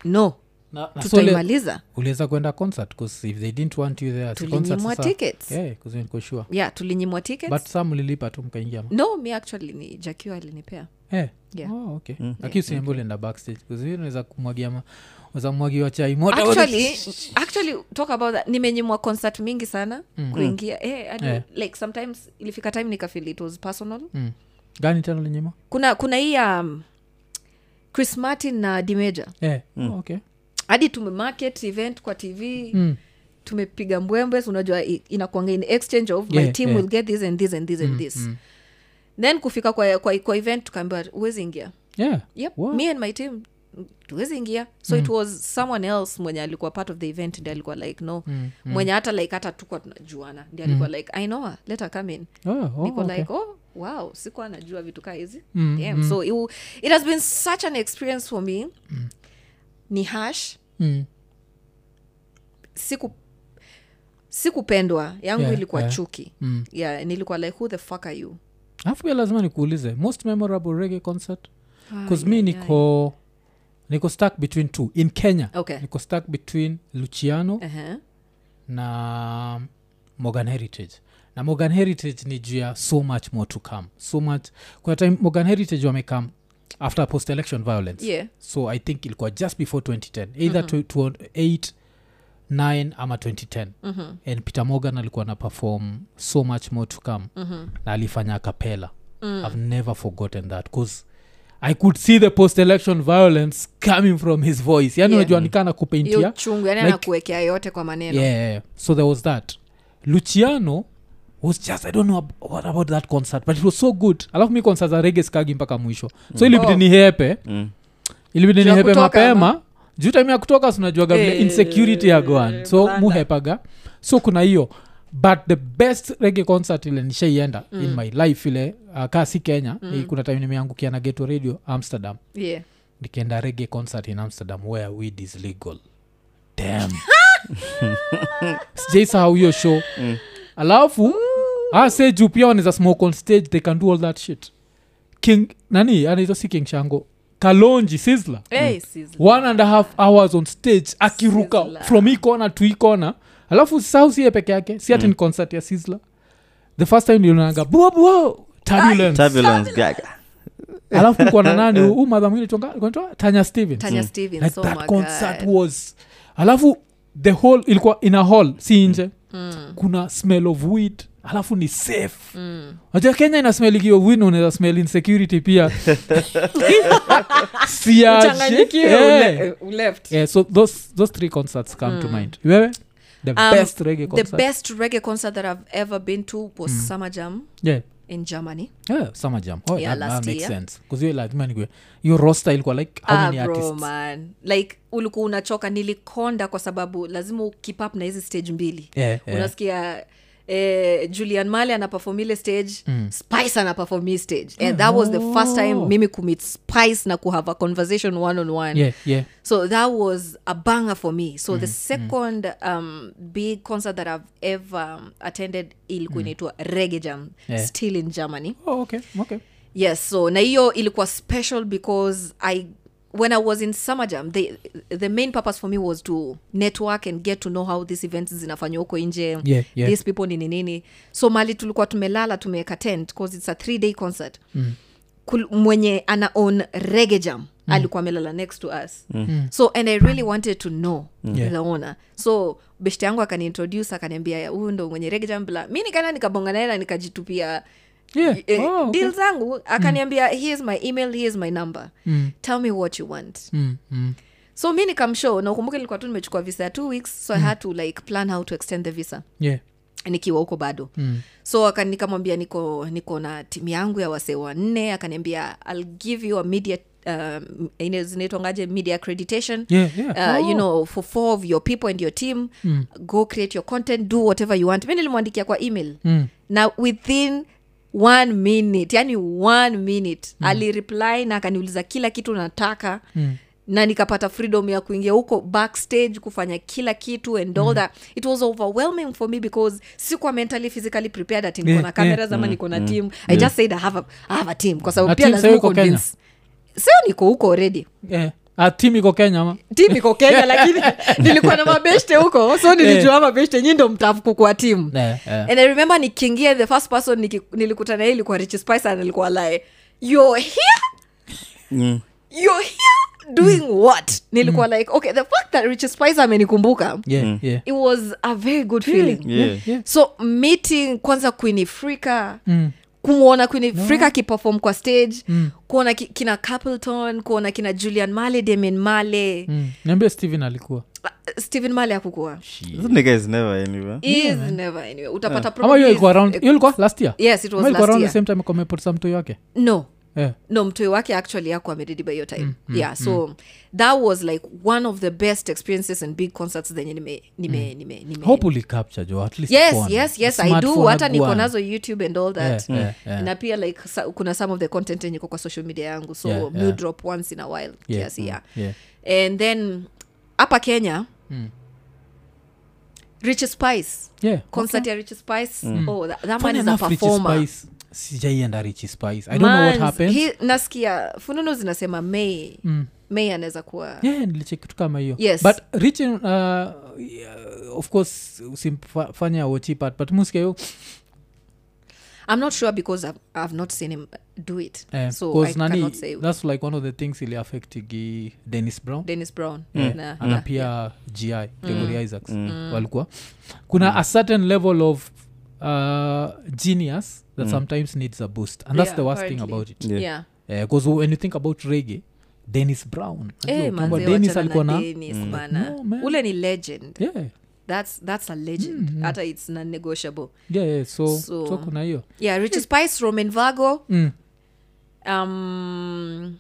[SPEAKER 2] no
[SPEAKER 1] Na- na Ah, so ule-
[SPEAKER 2] tutaimaliza
[SPEAKER 1] uliweza kwenda concert 'Cause if they didn't want you there at the concert
[SPEAKER 2] Tulinyimwa
[SPEAKER 1] sasa-
[SPEAKER 2] tickets.
[SPEAKER 1] yeah, 'cause nilikuwa sure
[SPEAKER 2] yeah tulinyimwa
[SPEAKER 1] but
[SPEAKER 2] tickets
[SPEAKER 1] sam ulilipa tu mkaingia ama?
[SPEAKER 2] no mi actually ni jakio alinipea
[SPEAKER 1] Eh.
[SPEAKER 2] Yeah.
[SPEAKER 1] Oh, okay. lakini usiembe ulienda backstage 'Cause hiyo unaweza kumwagia ma- unaweza mwagiwa chai moto
[SPEAKER 2] actually actually talk about that nimenyimwa concert mingi sana mm. kuingia eh, hadi,
[SPEAKER 1] Eh.
[SPEAKER 2] like sometimes ilifika time nikafeel it was personal
[SPEAKER 1] Mm. gani tena linyima
[SPEAKER 2] kuna kuna hii um, chris martin na dimeja
[SPEAKER 1] eh. oh, okay.
[SPEAKER 2] hadi tumemarket event kwa tv
[SPEAKER 1] Mm.
[SPEAKER 2] tumepiga mbwembwe so unajua i- inakuanga in exchange of my
[SPEAKER 1] Yeah,
[SPEAKER 2] team
[SPEAKER 1] yeah. Mm,
[SPEAKER 2] will get this and this and this and this then kufika kwa, kwa, kwa event tukaambiwa huwezi ingia
[SPEAKER 1] yeah.
[SPEAKER 2] yep,
[SPEAKER 1] What?
[SPEAKER 2] me and my team mm, tuwezi ingia so
[SPEAKER 1] Mm.
[SPEAKER 2] it was someone else mwenye alikuwa part of the event ndi alikuwa like no mm, mwenye hata like hata tukwa tunajuana ndi alikuwa mm. like i know her, let her come in
[SPEAKER 1] Oh, oh,
[SPEAKER 2] niko
[SPEAKER 1] okay.
[SPEAKER 2] like oh wow sikuwa najua vitu kaa hizi
[SPEAKER 1] Mm,
[SPEAKER 2] Damn. so it, wa- it has been such an experience for me ni hash
[SPEAKER 1] Mm.
[SPEAKER 2] siku sikupendwa yangu
[SPEAKER 1] Yeah,
[SPEAKER 2] ilikuwa
[SPEAKER 1] yeah.
[SPEAKER 2] chuki
[SPEAKER 1] Mm.
[SPEAKER 2] yeah nilikuwa like who the fuck are you
[SPEAKER 1] alafu pia lazima nikuulize most memorable reggae concert
[SPEAKER 2] Ah,
[SPEAKER 1] bcause mi niko niko stuck between two in kenya
[SPEAKER 2] Okay.
[SPEAKER 1] niko stuck between luciano
[SPEAKER 2] uh-huh.
[SPEAKER 1] na morgan heritage na morgan heritage ni juu ya so much more to come so much kuna time morgan heritage wamekam after post election violence
[SPEAKER 2] yeah
[SPEAKER 1] so i think ilikuwa just before 2010 either mm-hmm. 8 9 ama 2010 mm-hmm. and peter morgan alikuwa na perform so much more to come mm-hmm. na alifanya kapela mm. i've never forgotten that bcause i could see the post election violence coming from his voice yani
[SPEAKER 2] Yeah.
[SPEAKER 1] unajua nikaa nakupaintia
[SPEAKER 2] hiyo chungu yani
[SPEAKER 1] Like-
[SPEAKER 2] anakuwekea yote kwa maneno
[SPEAKER 1] yeah, yeah, yeah. so there was that luciano was just i don't know ab- what about that concert but it was so good alafu mi concert za rege skagi mpaka mwisho so ilibidi
[SPEAKER 2] Oh.
[SPEAKER 1] nihepe ilibidi
[SPEAKER 2] Juu ya
[SPEAKER 1] nihepe
[SPEAKER 2] kutoka,
[SPEAKER 1] mapema juu time ya kutoka sunajuaga vile
[SPEAKER 2] Eh,
[SPEAKER 1] insecurity ya goan so
[SPEAKER 2] blanda.
[SPEAKER 1] muhepaga so kuna hiyo but the best rege concert ile nishaienda mm. in my life ile uh, kaa si kenya mm. kuna time nimeangukia na geto radio amsterdam
[SPEAKER 2] yeah.
[SPEAKER 1] nikienda rege concert in amsterdam where weed is legal dam sijaisahau hiyo show mm. alafu ase juu pia wanaweza smoke on stage they can do all that shit king nani anaitwa si king shango kalonji sizla
[SPEAKER 2] Hey, sizzle.
[SPEAKER 1] one and a half hours on stage akiruka
[SPEAKER 2] Sizzler.
[SPEAKER 1] from hii kona to hii kona alafu sahau siye peke yake si ati ni concert ya sizla the first time nilionaga buabua turbulence Eh,
[SPEAKER 3] turbulence gaga
[SPEAKER 1] alafu kwa na nani huu madha mwingine tonga- anaitwa tanya steven
[SPEAKER 2] Tanya Stevens,
[SPEAKER 1] Mm. like
[SPEAKER 2] oh my
[SPEAKER 1] that concert
[SPEAKER 2] God.
[SPEAKER 1] was alafu the whole ilikuwa in a hall si nje mm. kuna smell of weed alafu ni safe mm. najua kenya ina smell ikiwa weed na unaweza smell insecurity pia siaje
[SPEAKER 2] Uchanganyikiwe
[SPEAKER 1] yeah.
[SPEAKER 2] ule- uleft.
[SPEAKER 1] yeah, Eh. so those, those three concerts come mm. to mind wewe the um,
[SPEAKER 2] Um,
[SPEAKER 1] best reggae concert Mm.
[SPEAKER 2] the best reggae concert that i've ever been to was summer jam
[SPEAKER 1] yeah
[SPEAKER 2] in germany
[SPEAKER 1] Yeah, summer jam oh,
[SPEAKER 2] Yeah,
[SPEAKER 1] that, that
[SPEAKER 2] last
[SPEAKER 1] makes
[SPEAKER 2] year.
[SPEAKER 1] sense kuziwe lazima nikwe hiyo roster ilikuwa like how many
[SPEAKER 2] Ah, bro,
[SPEAKER 1] artists
[SPEAKER 2] man like ulikuwa unachoka nilikonda kwa sababu lazima ukip up na hizi stage mbili
[SPEAKER 1] Yeah, yeah.
[SPEAKER 2] unasikia Eh, julian male anapefom ile stage mm. spice anapefom hii stage and that was the first time
[SPEAKER 1] Oh.
[SPEAKER 2] mimi kumit spice na kuhave a conversation one on one
[SPEAKER 1] yeah yeah
[SPEAKER 2] so that was a banger for me so
[SPEAKER 1] Mm,
[SPEAKER 2] the second um, big concert that i've ever um, attended ilikuwa inaitwa rege jam
[SPEAKER 1] Mm. Yeah.
[SPEAKER 2] still in germany
[SPEAKER 1] oh, okay okay
[SPEAKER 2] yes so na hiyo ilikuwa special because i when i was in summer jam the, the main purpose for me was to network and get to know how these events zinafanywa huko nje
[SPEAKER 1] Yeah, yeah.
[SPEAKER 2] these people nini nini so mali tulikuwa tumelala tumeweka tent bcause its a three day concert mm. Kul, mwenye ana own rege jam mm. alikuwa amelala next to us mm. so and i really wanted to know
[SPEAKER 1] Yeah.
[SPEAKER 2] naona so beshte yangu akaniintroduce akaniambia huyu ndo mwenye rege jam bla mi nikaenda nikabonga naye na nikajitupia
[SPEAKER 1] yeah
[SPEAKER 2] eh,
[SPEAKER 1] oh, okay.
[SPEAKER 2] deal zangu akaniambia mm. hereis my email hereis my number mm. tell me what you want
[SPEAKER 1] Mm, mm.
[SPEAKER 2] so mi nikamshow na ukumbuke nilikuwa tu nimechukua visa ya two weeks so mm. i had to like plan how to extend the visa
[SPEAKER 1] yeah
[SPEAKER 2] nikiwa huko bado mm. so aka- nikamwambia niko niko na timu yangu ya wasee wanne akaniambia ill give you a media um, ine- zinaitwangaje media accreditation
[SPEAKER 1] Yeah, yeah.
[SPEAKER 2] Uh, you
[SPEAKER 1] Oh. Hmm.
[SPEAKER 2] know for four of your people and your team mm. go create your content do whatever you want mi nilimwandikia kwa email
[SPEAKER 1] Hmm.
[SPEAKER 2] mm. na within one minute yani one minute
[SPEAKER 1] Hmm.
[SPEAKER 2] mm. alireply na akaniuliza kila kitu nataka mm na nikapata freedom ya kuingia huko backstage kufanya kila kitu and
[SPEAKER 1] Hmm.
[SPEAKER 2] all mm. that it was overwhelming for me because sikuwa mentally physically prepared ati niko
[SPEAKER 1] Yeah,
[SPEAKER 2] na
[SPEAKER 1] yeah.
[SPEAKER 2] cameras ama niko na team i just said i have a, I have a team kwa sababu
[SPEAKER 1] Na
[SPEAKER 2] pia
[SPEAKER 1] team sasa
[SPEAKER 2] lazima
[SPEAKER 1] iko Kenya?
[SPEAKER 2] convince sio niko huko already
[SPEAKER 1] yeah. Ah, tim iko kenya ama
[SPEAKER 2] tim iko kenya lakini nilikuwa na mabeshte huko so nilijua mabeshte nyi ndo mtafukukua timu
[SPEAKER 1] Yeah, yeah.
[SPEAKER 2] and i remember nikiingia the first person niki- nilikutana hii ilikuwa rich spicer nilikuwa lae you're here
[SPEAKER 3] Mm.
[SPEAKER 2] you're here doing what nilikuwa like okay the fact that rich spicer amenikumbuka
[SPEAKER 1] Yeah, Mm, yeah.
[SPEAKER 2] it was a very good feeling
[SPEAKER 3] Yeah.
[SPEAKER 2] so meeting kwanza queen afrika mm. kumwona queen afrika akiperform kwa stage mm. kuona ki, kina capleton kuona kina julian male damien uh, male mm.
[SPEAKER 1] Mm. niambie steven alikuwa
[SPEAKER 2] stephen male akukua
[SPEAKER 3] This nigga is never anywhere.
[SPEAKER 2] is never anywhere utapata
[SPEAKER 1] ama
[SPEAKER 2] probably
[SPEAKER 1] hiyo ilikuwa
[SPEAKER 2] is-
[SPEAKER 1] around hiyo ilikuwa last year
[SPEAKER 2] yes it
[SPEAKER 1] Ama
[SPEAKER 2] was
[SPEAKER 1] ilikuwa
[SPEAKER 2] last
[SPEAKER 1] around the
[SPEAKER 2] year
[SPEAKER 1] same time komepotsa mtu yake Eh.
[SPEAKER 2] no
[SPEAKER 1] yeah.
[SPEAKER 2] no mtoi wake actually ako amedediba hiyo time mm, mm, yeah so mm. that was like one of the best experiences in big concerts zenye nime nime mm. nime, nime
[SPEAKER 1] hopefully capture jo at least
[SPEAKER 2] yes
[SPEAKER 1] one.
[SPEAKER 2] yes yes i do
[SPEAKER 1] Smartphone
[SPEAKER 2] hata niko
[SPEAKER 1] agwana.
[SPEAKER 2] nazo youtube and all that
[SPEAKER 1] Yeah, yeah, yeah.
[SPEAKER 2] na pia like sa, kuna some of the content enye iko kwa social media yangu so
[SPEAKER 1] Yeah,
[SPEAKER 2] yeah,
[SPEAKER 1] yeah.
[SPEAKER 2] drop once in a while
[SPEAKER 1] Yeah, mm.
[SPEAKER 2] kiasi yeah,
[SPEAKER 1] yeah.
[SPEAKER 2] and then hapa kenya mm. rich spice
[SPEAKER 1] Yeah.
[SPEAKER 2] concert ya rich spice
[SPEAKER 1] Mm.
[SPEAKER 2] oh that, that man
[SPEAKER 1] Funny
[SPEAKER 2] is a
[SPEAKER 1] enough, Richie
[SPEAKER 2] performer
[SPEAKER 1] Spice, sijaienda Richie Spice. i don't know what
[SPEAKER 2] Mans,
[SPEAKER 1] happened Mm.
[SPEAKER 2] he- nasikia fununu zinasema may may anaweza kuwa
[SPEAKER 1] yeah nilicheki kitu kama hiyo
[SPEAKER 2] Yes.
[SPEAKER 1] but rich uh, yeah, of course usimfanya wochi part but musikia yo
[SPEAKER 2] i'm not sure because i've, I've not seen him do it
[SPEAKER 1] eh,
[SPEAKER 2] so i
[SPEAKER 1] cause
[SPEAKER 2] cannot
[SPEAKER 1] nani
[SPEAKER 2] say
[SPEAKER 1] that's like one of the things iliaffectigi dennis brown
[SPEAKER 2] dennis brown na,
[SPEAKER 1] Mm.
[SPEAKER 2] Mm.
[SPEAKER 1] ana
[SPEAKER 2] na,
[SPEAKER 1] pia gi gregory isaacs walikuwa kuna a certain level of uh, genius that sometimes needs a boost and that's
[SPEAKER 2] Yeah,
[SPEAKER 1] the worst
[SPEAKER 2] apparently.
[SPEAKER 1] thing about it
[SPEAKER 3] Yeah.
[SPEAKER 2] yeah
[SPEAKER 1] because when you think about reggae dennis brown
[SPEAKER 2] Eh,
[SPEAKER 1] unajua,
[SPEAKER 2] manze,
[SPEAKER 1] ukiomba dennis
[SPEAKER 2] wachana
[SPEAKER 1] alikuwa
[SPEAKER 2] na
[SPEAKER 1] na Mm.
[SPEAKER 2] Dennis, bana.
[SPEAKER 1] No, man.
[SPEAKER 2] ule ni legend
[SPEAKER 1] yeah, Mm,
[SPEAKER 2] that's, that's a legend hata its non-negotiable
[SPEAKER 1] yeah, yeah. So,
[SPEAKER 2] So-
[SPEAKER 1] so, kuna hiyo
[SPEAKER 2] yeah rich spice roman vago
[SPEAKER 1] Mm.
[SPEAKER 2] um,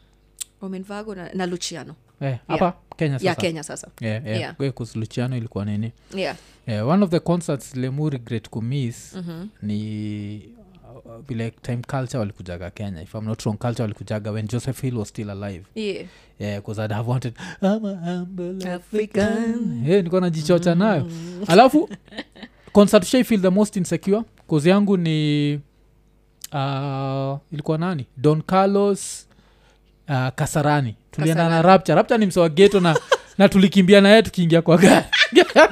[SPEAKER 2] roman vago na, na luciano
[SPEAKER 1] Eh, hapa kenya sasa
[SPEAKER 2] ya kenya sasa
[SPEAKER 1] yeah, yeah.
[SPEAKER 2] Yeah.
[SPEAKER 1] Kwe- 'cause luciano ilikuwa nini
[SPEAKER 2] yeah
[SPEAKER 1] yeah, one of the concerts lemu regret kumis mm-hmm. ni uh, vile time culture walikujaga kenya if i'm not wrong culture walikujaga when joseph hill was still alive
[SPEAKER 2] yeah
[SPEAKER 1] because i'd have wanted I'm a humble
[SPEAKER 2] African. Mm.
[SPEAKER 1] African." Eh, nilikuwa najichocha nayo alafu concert shai feel the most insecure cause yangu ni uh, ilikuwa nani don carlos uh, kasarani tulienda na
[SPEAKER 2] Kasarani.
[SPEAKER 1] rapture rapture ni msewa geto na, na tulikimbia naye tukiingia kwa gari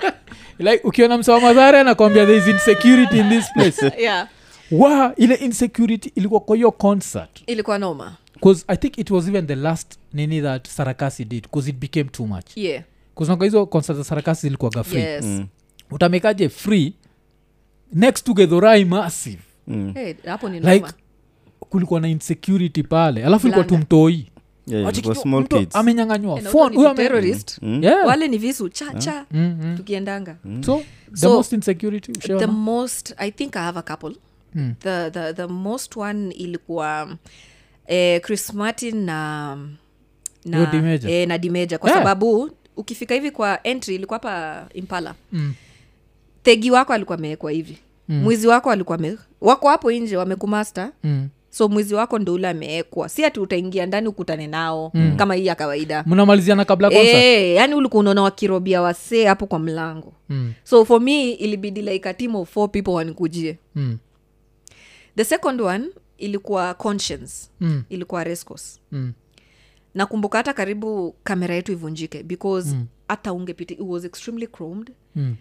[SPEAKER 1] like ukiona msewa madhare anakwambia there is insecurity in this place
[SPEAKER 2] yeah
[SPEAKER 1] wa ile insecurity ilikuwa kwa hiyo concert
[SPEAKER 2] ilikuwa noma
[SPEAKER 1] bcause i think it was even the last nini that sarakasi did bcause it became too much
[SPEAKER 2] yeah
[SPEAKER 1] kuznaka hizo concert za sarakasi zilikuwaga free Mm.
[SPEAKER 2] yes
[SPEAKER 3] Mm,
[SPEAKER 1] utamekaje free next tugedhorai massive
[SPEAKER 3] mm.
[SPEAKER 2] Hey, hapo ni
[SPEAKER 1] like
[SPEAKER 2] noma
[SPEAKER 1] kulikuwa na insecurity pale alafu ilikuwa
[SPEAKER 2] Blanda.
[SPEAKER 1] tumtoi
[SPEAKER 3] Yeah, it
[SPEAKER 1] Wacha
[SPEAKER 3] was
[SPEAKER 1] kitu-
[SPEAKER 3] small
[SPEAKER 1] mtu
[SPEAKER 3] kids. Hmm? Mm?
[SPEAKER 1] amenyanganywa
[SPEAKER 2] And
[SPEAKER 1] oh, phone,
[SPEAKER 2] huko ni
[SPEAKER 1] huyo ame-
[SPEAKER 2] terrorist.
[SPEAKER 1] Mm. Yeah. Mm. Mm-hmm.
[SPEAKER 2] wale ni visu chacha tukiendanga
[SPEAKER 1] so the
[SPEAKER 2] So,
[SPEAKER 1] most insecurity
[SPEAKER 2] the
[SPEAKER 1] ushaona?
[SPEAKER 2] most i think i have a couple
[SPEAKER 1] Mm.
[SPEAKER 2] the, the, the most one ilikuwa um, eh, chris martin na
[SPEAKER 1] Yo,
[SPEAKER 2] na,
[SPEAKER 1] Dimeja.
[SPEAKER 2] eh, na dimeja kwa
[SPEAKER 1] Yeah.
[SPEAKER 2] sababu ukifika hivi kwa entry ilikuwa hapa impala
[SPEAKER 1] Mm.
[SPEAKER 2] thegi wako alikuwa amewekwa hivi mwizi wako alikuwa ame, wako hapo nje wamekumasta
[SPEAKER 1] Mm.
[SPEAKER 2] so mwizi wako ndo ule amewekwa si ati utaingia ndani ukutane nao kama hii ya kawaida
[SPEAKER 1] mnamaliziana kabla ya Mm. concert?
[SPEAKER 2] Eh, yani ulikuwa unaona wakirobia wasee hapo kwa mlango
[SPEAKER 1] Mm,
[SPEAKER 2] so for me ilibidi like a team of four people wanikujie
[SPEAKER 1] mm,
[SPEAKER 2] the second one ilikuwa conscience
[SPEAKER 1] Mm.
[SPEAKER 2] ilikuwa rescos
[SPEAKER 1] mm.
[SPEAKER 2] nakumbuka hata karibu kamera yetu ivunjike because hata ungepita it was extremely chromed
[SPEAKER 1] Mm.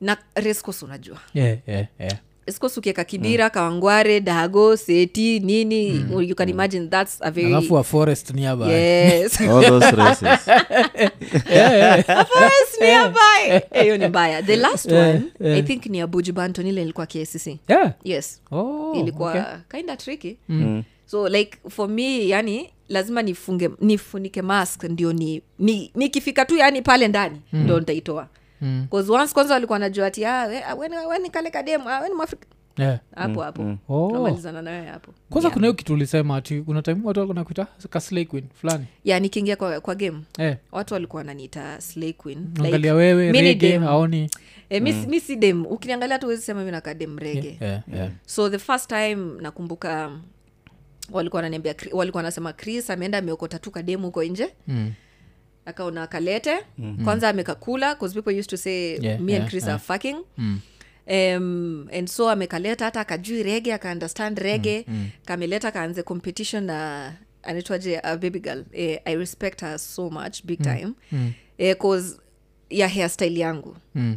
[SPEAKER 2] na rescos unajua
[SPEAKER 1] Yeah, yeah, yeah.
[SPEAKER 2] rescos ukieka kibira mm. kawangware dago seti nini mm. you can imagine that's a very
[SPEAKER 1] alafu a forest nearby
[SPEAKER 2] yes
[SPEAKER 3] All those races.
[SPEAKER 2] Forest nearby. Eh, hiyo ni mbaya the last
[SPEAKER 1] Eh,
[SPEAKER 2] one i think ni abuji banton ile ilikuwa kicc
[SPEAKER 1] yeah.
[SPEAKER 2] yes
[SPEAKER 1] oh,
[SPEAKER 2] ilikuwa
[SPEAKER 1] okay. Mm.
[SPEAKER 2] kinda tricky so like for me yani lazima nifunge nifunike mask ndio ni, ni nikifika tu yani pale ndani mm. ndo nitaitoa
[SPEAKER 1] Mm.
[SPEAKER 2] Cause once kwanza walikuwa najua ati ah, we- ah, we ni- we ni kale kademu ah, we ni mwafrika
[SPEAKER 1] yeah.
[SPEAKER 2] hapo hapo
[SPEAKER 1] Oh.
[SPEAKER 2] tunamalizana nayo hapo
[SPEAKER 1] kwanza kuna hiyo kitu ulisema ati kuna time watu walikuwa nakuita kaslay queen fulani
[SPEAKER 2] ya nikiingia kwa, kwa game
[SPEAKER 1] eh.
[SPEAKER 2] watu walikuwa wananiita slay queen
[SPEAKER 1] angalia wewe
[SPEAKER 2] mi ni
[SPEAKER 1] rege
[SPEAKER 2] dem.
[SPEAKER 1] aoni
[SPEAKER 2] e, mi, mi si dem ukiniangalia hata huwezi sema mi nakadem rege
[SPEAKER 1] yeah, yeah.
[SPEAKER 2] so the first time nakumbuka walikuwa wananiambia Chri- walikuwa wanasema chris ameenda ameokota tu kademu huko nje
[SPEAKER 1] Mm.
[SPEAKER 2] akaona kalete mm. kwanza amekakula 'cause people used to say
[SPEAKER 1] Mhm. Yeah,
[SPEAKER 2] me
[SPEAKER 1] yeah,
[SPEAKER 2] and chris are fucking
[SPEAKER 1] Mm.
[SPEAKER 2] um, and so amekaleta hata akajui rege akaunderstand rege mm, mm. kameleta kaanze competition na anaitwaje a baby girl eh, i respect her so much big time mm, mm. cause ya hairstyle yangu
[SPEAKER 1] Mm.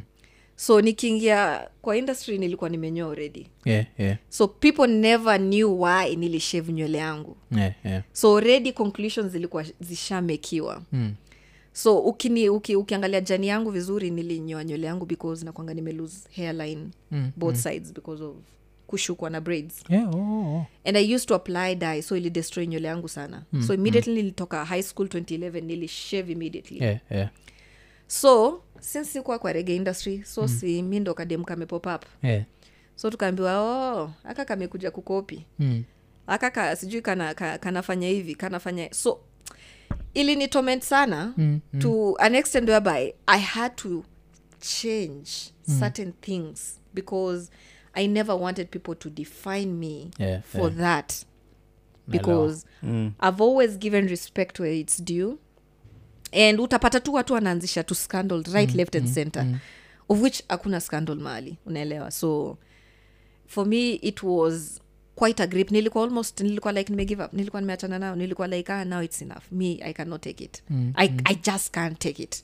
[SPEAKER 2] so nikiingia kwa industry nilikuwa nimenyoa already
[SPEAKER 1] Yeah, yeah,
[SPEAKER 2] so people never knew why nilishave nywele yangu
[SPEAKER 1] yeah, yeah.
[SPEAKER 2] so already conclusions zilikuwa zishamekiwa
[SPEAKER 1] Mm.
[SPEAKER 2] so ukini, uki, ukiangalia jani yangu vizuri nilinyoa nywele yangu because nakwanga nimelose hairline
[SPEAKER 1] Mm,
[SPEAKER 2] both sides because of kushukwa na braids
[SPEAKER 1] Yeah, oh, oh.
[SPEAKER 2] and i used to apply dye so ilidestroy nywele yangu sana mm, so immediately nilitoka high school 2011 nilishave immediately
[SPEAKER 1] Yeah, yeah,
[SPEAKER 2] so since sikuwa kwa rege industry so si mi ndo kadem kame pop up
[SPEAKER 1] yeah.
[SPEAKER 2] so tukaambiwa oh aka kamekuja kukopi
[SPEAKER 1] Mm.
[SPEAKER 2] aka ka, sijui kana, ka, kanafanya hivi kanafanya so ili ni torment sana mm, mm. to an extent whereby i had to change mm. certain things because i never wanted people to define me
[SPEAKER 1] Yeah,
[SPEAKER 2] for yeah. that because mm. i've always given respect where it's due and utapata tu watu wanaanzisha tu scandal right mm, left and mm, center mm. of which hakuna scandal mahali unaelewa so for me it was quite a grip nilikuwa almost nilikuwa like nimegive up nilikuwa nimeachana nao nilikuwa like ah, now it's enough me i cannot take it mm, I, mm. i just can't take it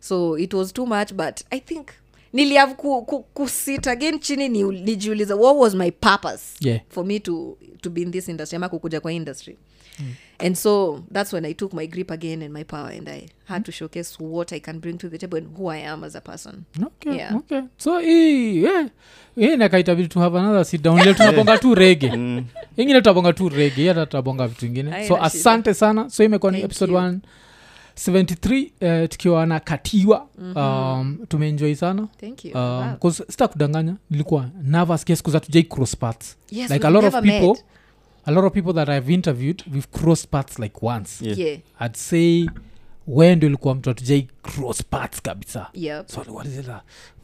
[SPEAKER 2] so it was too much but i think niliav ku, ku, kusit again chini ni- nijiuliza what was my purpose
[SPEAKER 1] Yeah.
[SPEAKER 2] for me to, to be in this industry ama kukuja kwa industry mm. and so that's when i took my grip again and my power and i had to showcase what i can bring to the table and who i am as a person
[SPEAKER 1] Okay,
[SPEAKER 2] Yeah.
[SPEAKER 1] okay. so hii yeah. hii nakaitabidi to have another sit down ile tunabonga tu rege ingine tutabonga tu rege hiyo hata tutabonga vitu ingine
[SPEAKER 2] Mm. Haina
[SPEAKER 1] so
[SPEAKER 2] shida.
[SPEAKER 1] asante sana so imekuwa ni
[SPEAKER 2] Thank
[SPEAKER 1] episode
[SPEAKER 2] you.
[SPEAKER 1] 173 uh, tukiwa na katiwa
[SPEAKER 2] Mm-hmm.
[SPEAKER 1] um, tumeenjoy sana
[SPEAKER 2] thank you
[SPEAKER 1] um,
[SPEAKER 2] Wow.
[SPEAKER 1] 'cause sita kudanganya nilikuwa nervous kiasi kuza tujai cross parts
[SPEAKER 2] Yes,
[SPEAKER 1] like a
[SPEAKER 2] we've
[SPEAKER 1] lot of
[SPEAKER 2] never
[SPEAKER 1] people
[SPEAKER 2] met.
[SPEAKER 1] a lot of people that i've interviewed we've crossed parts like once
[SPEAKER 3] Yeah.
[SPEAKER 2] yeah
[SPEAKER 1] i'd say we ndo ilikuwa mtu atujai cross parts kabisa
[SPEAKER 2] yep
[SPEAKER 1] so what is it uh,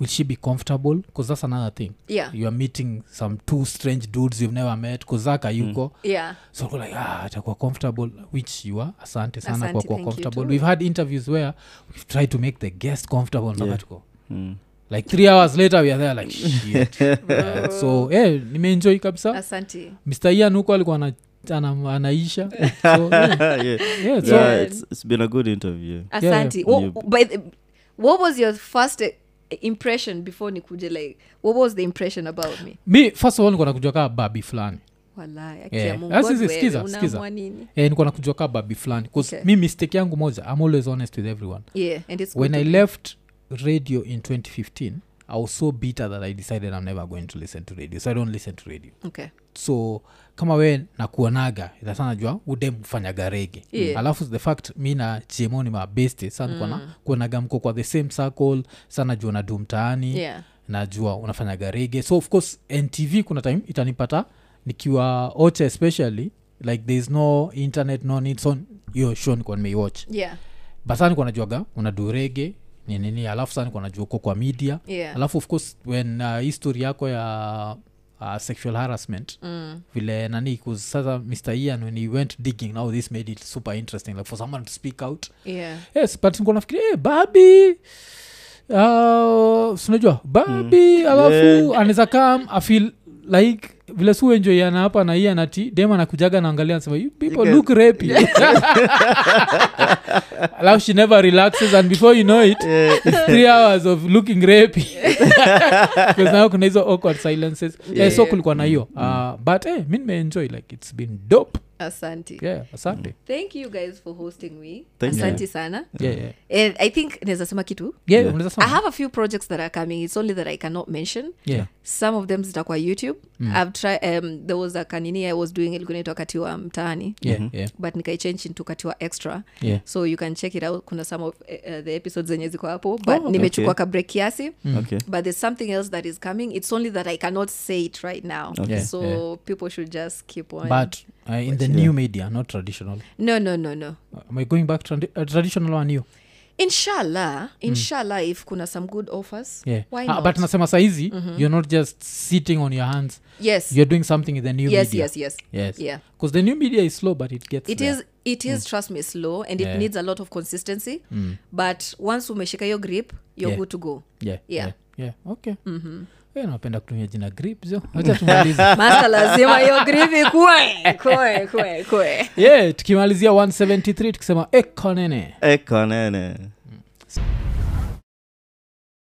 [SPEAKER 1] will she be comfortable because that's another thing
[SPEAKER 2] yeah
[SPEAKER 1] you are meeting some two strange dudes you've never met kuzaka yuko mm.
[SPEAKER 2] yeah
[SPEAKER 1] so we're like ah atakuwa comfortable which you are asante sana
[SPEAKER 2] Asante,
[SPEAKER 1] kwa kuwa
[SPEAKER 2] thank you
[SPEAKER 1] comfortable
[SPEAKER 2] too.
[SPEAKER 1] we've had interviews where we've tried to make the guest comfortable mpaka
[SPEAKER 3] Yeah.
[SPEAKER 1] tuko
[SPEAKER 3] Mm.
[SPEAKER 1] like three hours later we are there like shit yeah. so eh nimeenjoy kabisa
[SPEAKER 2] asante
[SPEAKER 1] mr ian huko alikuwa ana, ana, anaisha so, yeah,
[SPEAKER 3] yeah.
[SPEAKER 1] yeah, so
[SPEAKER 3] yeah it's, it's been a good interview
[SPEAKER 2] asante
[SPEAKER 3] yeah.
[SPEAKER 2] Wha-
[SPEAKER 3] You-
[SPEAKER 2] by the, what was your first eh, impression before nikuje like what was the impression about me
[SPEAKER 1] mi first of all nikuwa nakujua kaa babi fulani
[SPEAKER 2] Walai, akia
[SPEAKER 1] Yeah.
[SPEAKER 2] Mungu,
[SPEAKER 1] Ah,
[SPEAKER 2] God
[SPEAKER 1] sisi,
[SPEAKER 2] wewe,
[SPEAKER 1] sikiza,
[SPEAKER 2] unaamua
[SPEAKER 1] sikiza.
[SPEAKER 2] nini?
[SPEAKER 1] eh, nikuwa nakujua kaa babi fulani bcause
[SPEAKER 2] Okay.
[SPEAKER 1] mi mistake yangu moja i'm always honest with everyone
[SPEAKER 2] Yeah, and it's
[SPEAKER 1] when
[SPEAKER 2] good
[SPEAKER 1] i
[SPEAKER 2] to-
[SPEAKER 1] left radio in 2015 i was so bitter that i decided i'm never going to listen to radio so i don't listen to radio
[SPEAKER 2] okay.
[SPEAKER 1] so kama we nakuonaga nasanajua udemfanyaga rege
[SPEAKER 2] Yeah.
[SPEAKER 1] alafu the fact mi na chmo ni mabeste sanikuona mm. kuonaga mko kwa the same circle sanajua nadu mtaani
[SPEAKER 2] Yeah.
[SPEAKER 1] najua unafanyaga rege so of course ntv kuna time itanipata nikiwa ocha especially like there is no internet no need so hiyo show nikuwa nimeiwatch
[SPEAKER 2] Yeah,
[SPEAKER 1] basani kuanajuaga unadu rege ninini alafu sani kuanajua uko kwa media
[SPEAKER 2] yeah.
[SPEAKER 1] alafu of course when uh, history yako ya uh, sexual harassment
[SPEAKER 2] Mm,
[SPEAKER 1] vile nani 'cause sasa mr ian when he went digging now this made it super interesting like for someone to speak out
[SPEAKER 2] yeah.
[SPEAKER 1] yes but nikuwa nafikiri hey, babi uh, sinajua babi mm. alafu
[SPEAKER 3] Yeah.
[SPEAKER 1] anaweza kam afil like vile su enjoiana hapa na hii anati dem anakujaga naangalia anasema you people
[SPEAKER 3] guys-
[SPEAKER 1] look rapy alafu she never relaxes and before you know it it's three hours of looking rapy Because now kuna hizo awkward silences yeah, Mm. so
[SPEAKER 2] Yeah.
[SPEAKER 1] Ah, eh, kulikuwa na hiyo uh, but hey, mi nimeenjoy like it's been dope
[SPEAKER 2] asante
[SPEAKER 1] yeah asante
[SPEAKER 2] thank you guys for hosting me
[SPEAKER 3] Thank you.
[SPEAKER 2] asante sana
[SPEAKER 1] yeah yeah
[SPEAKER 2] and i think nezasema kitu
[SPEAKER 1] yeah,
[SPEAKER 3] Yeah.
[SPEAKER 1] unaweza
[SPEAKER 2] i
[SPEAKER 1] sema.
[SPEAKER 2] have a few projects that are coming it's only that i cannot mention
[SPEAKER 1] yeah
[SPEAKER 2] some of them zitakuwa youtube mm. i've tried um, there was a kanini i was doing ilikuwa inaitwa katiwa mtaani
[SPEAKER 1] yeah yeah
[SPEAKER 2] but nikaichange into katiwa extra
[SPEAKER 1] yeah
[SPEAKER 2] so you can check it out kuna some of uh, the episodes zenye ziko hapo but oh,
[SPEAKER 1] okay.
[SPEAKER 2] nimechukua
[SPEAKER 3] Okay.
[SPEAKER 2] ka break kiasi
[SPEAKER 3] okay
[SPEAKER 2] but there's something else that is coming it's only that i cannot say it right now
[SPEAKER 1] Okay.
[SPEAKER 2] so
[SPEAKER 1] Yeah.
[SPEAKER 2] people should just keep on
[SPEAKER 1] but uh, in the new media not traditional
[SPEAKER 2] no no no no
[SPEAKER 1] am i going back to tradi- uh, traditional or new
[SPEAKER 2] inshallah inshallah if kuna some good offers
[SPEAKER 1] yeah
[SPEAKER 2] why
[SPEAKER 1] Ah,
[SPEAKER 2] not Mm-hmm.
[SPEAKER 1] but nasema saizi you're not just sitting on your hands
[SPEAKER 2] yes
[SPEAKER 1] you're doing something in the new
[SPEAKER 2] yes
[SPEAKER 1] media
[SPEAKER 2] yes yes
[SPEAKER 1] yes
[SPEAKER 2] yeah
[SPEAKER 1] because the new media is slow but it gets
[SPEAKER 2] it
[SPEAKER 1] there.
[SPEAKER 2] is it is trust me slow
[SPEAKER 1] Mm.
[SPEAKER 2] and
[SPEAKER 1] Yeah. Mm.
[SPEAKER 2] it needs a lot of consistency but once umeshika your grip you're
[SPEAKER 1] Yeah.
[SPEAKER 2] good to go
[SPEAKER 1] yeah
[SPEAKER 2] Yeah. Mm-hmm.
[SPEAKER 1] yeah, yeah. okay Eh, napenda kutumia jina grip jo acha tumalize
[SPEAKER 2] master lazima hiyo grip ikue kue kue kue
[SPEAKER 1] "Eh, yeah tukimalizia 173 tukisema ekonene
[SPEAKER 3] ekonene